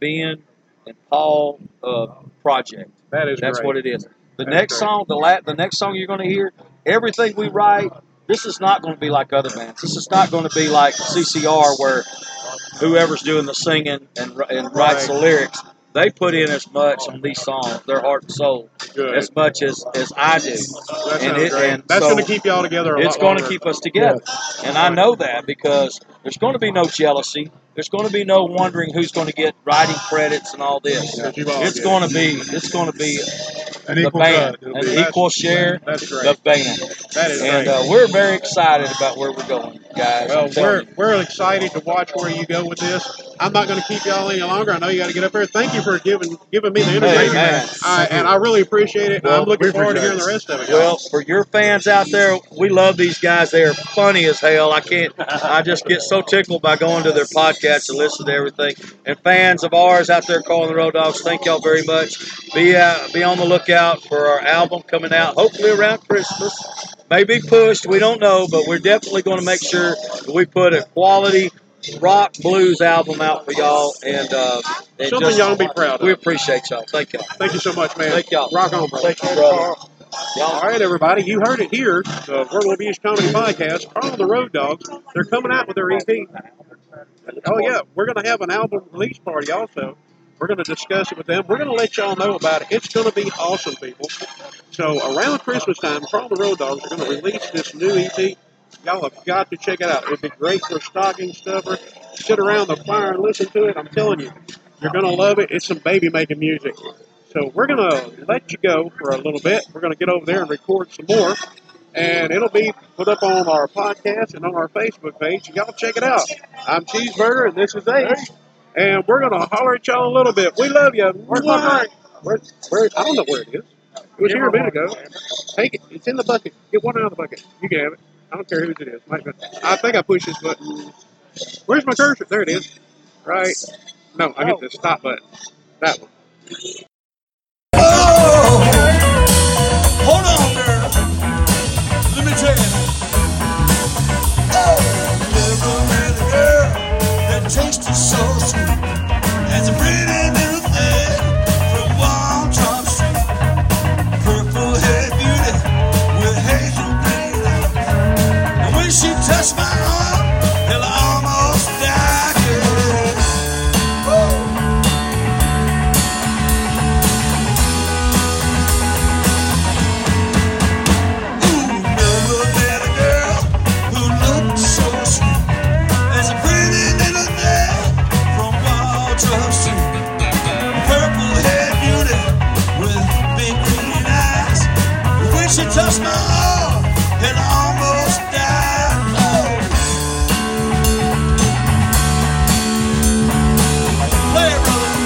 Speaker 8: Ben, and Paul uh, project.
Speaker 7: That is
Speaker 8: That's
Speaker 7: great.
Speaker 8: what it is. The
Speaker 7: That's
Speaker 8: next
Speaker 7: great.
Speaker 8: song, the la- the next song you're going to hear, everything we write, this is not going to be like other bands. This is not going to be like CCR where whoever's doing the singing and ri- and writes the lyrics, they put in as much on these songs, their heart and soul,
Speaker 7: Good.
Speaker 8: as much as as I do.
Speaker 7: that
Speaker 8: and
Speaker 7: sounds
Speaker 8: it-
Speaker 7: great.
Speaker 8: and
Speaker 7: that's
Speaker 8: so
Speaker 7: going to keep y'all together. A
Speaker 8: It's
Speaker 7: going
Speaker 8: to keep us together, and I know that because there's going to be no jealousy. There's going to be no wondering who's going to get writing credits and all this.
Speaker 7: Yeah. You all
Speaker 8: It's
Speaker 7: get it.
Speaker 8: going to be it's going to be
Speaker 9: An
Speaker 8: the
Speaker 9: equal
Speaker 8: band,
Speaker 9: cut. It'll
Speaker 8: an
Speaker 9: be-
Speaker 7: That's-
Speaker 8: equal share,
Speaker 7: That's great.
Speaker 8: the band,
Speaker 7: that is
Speaker 8: and
Speaker 7: great.
Speaker 8: uh, we're very excited about where we're going, guys.
Speaker 7: Well,
Speaker 8: I'm telling
Speaker 7: we're, we're excited to watch where you go with this. I'm not going to keep y'all any longer. I know you got to get up there. Thank you for giving giving me the interview,
Speaker 8: Hey, man.
Speaker 7: I, and I really appreciate it.
Speaker 8: Well,
Speaker 7: I'm looking
Speaker 9: we
Speaker 7: forward to
Speaker 9: appreciate
Speaker 7: hearing the rest of it.
Speaker 8: you. Well, for your fans out there, we love these guys. They are funny as hell. I can't. I just get so tickled by going to their podcast and listen to everything. And fans of ours out there calling the road dogs, thank y'all very much. Be out, be on the lookout for our album coming out hopefully around Christmas. Maybe pushed, we don't know, but we're definitely going to make sure that we put a quality rock blues album out for y'all. And, uh, and
Speaker 7: Something
Speaker 8: just-
Speaker 7: y'all be proud of.
Speaker 8: We appreciate y'all. Thank y'all.
Speaker 7: Thank you so much, man.
Speaker 8: Thank y'all.
Speaker 7: Rock on, bro.
Speaker 8: Thank you, brother. Y'all
Speaker 7: All right, everybody, you heard it here. The Verbal Abuse Comedy Podcast, Carl and the Road Dogs. They're coming out with their EP. Oh yeah, we're gonna have an album release party also. We're gonna discuss it with them. We're gonna let y'all know about it. It's gonna be awesome, people. So around Christmas time, Carl and the Road Dogs are gonna release this new EP. Y'all have got to check it out. It'd be great for stocking stuffer. Sit around the fire and listen to it. I'm telling you, you're gonna love it. It's some baby making music. So we're gonna let you go for a little bit. We're gonna get over there and record some more, and it'll be put up on our podcast and on our Facebook page. Y'all check it out. I'm Cheeseburger, and this is Ace, and we're gonna holler at y'all in a little bit. We love you. Where's my drink? Where, where, I don't know where it is. It was here a minute ago. Take it. It's in the bucket. Get one out of the bucket. You can have it. I don't care whose it is. Might be- I think I pushed this button. Where's my cursor? There it is. Right. No, I hit the stop button. That one.
Speaker 10: Hold on, girl. Let me tell you. Oh, never met a girl that tasted so sweet. As a pretty little thing from Walton Street. Purple hair beauty with hazel green eyes. And when she touched my arm, hell, I almost died. girl. Oh. Woo! She touched my arm and I almost died. Oh, play it, brother.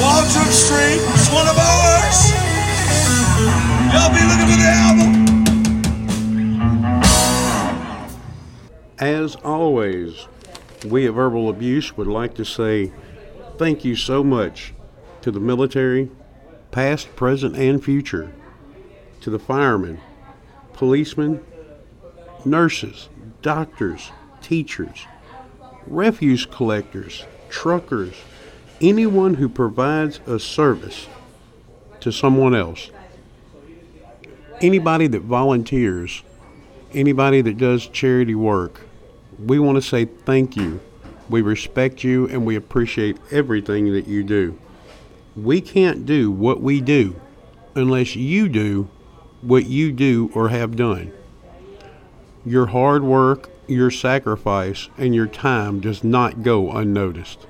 Speaker 10: Walter Street is one of ours. Y'all be looking for the album.
Speaker 1: As always, we at Verbal Abuse would like to say thank you so much to the military, past, present, and future, to the firemen, policemen, nurses, doctors, teachers, refuse collectors, truckers, anyone who provides a service to someone else, anybody that volunteers, anybody that does charity work. We want to say thank you. We respect you and we appreciate everything that you do. We can't do what we do unless you do what you do or have done. Your hard work, your sacrifice, and your time does not go unnoticed.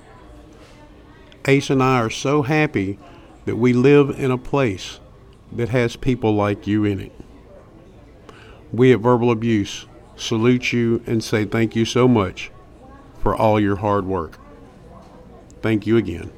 Speaker 1: Ace and I are so happy that we live in a place that has people like you in it. We at Verbal Abuse salute you and say thank you so much for all your hard work. Thank you again.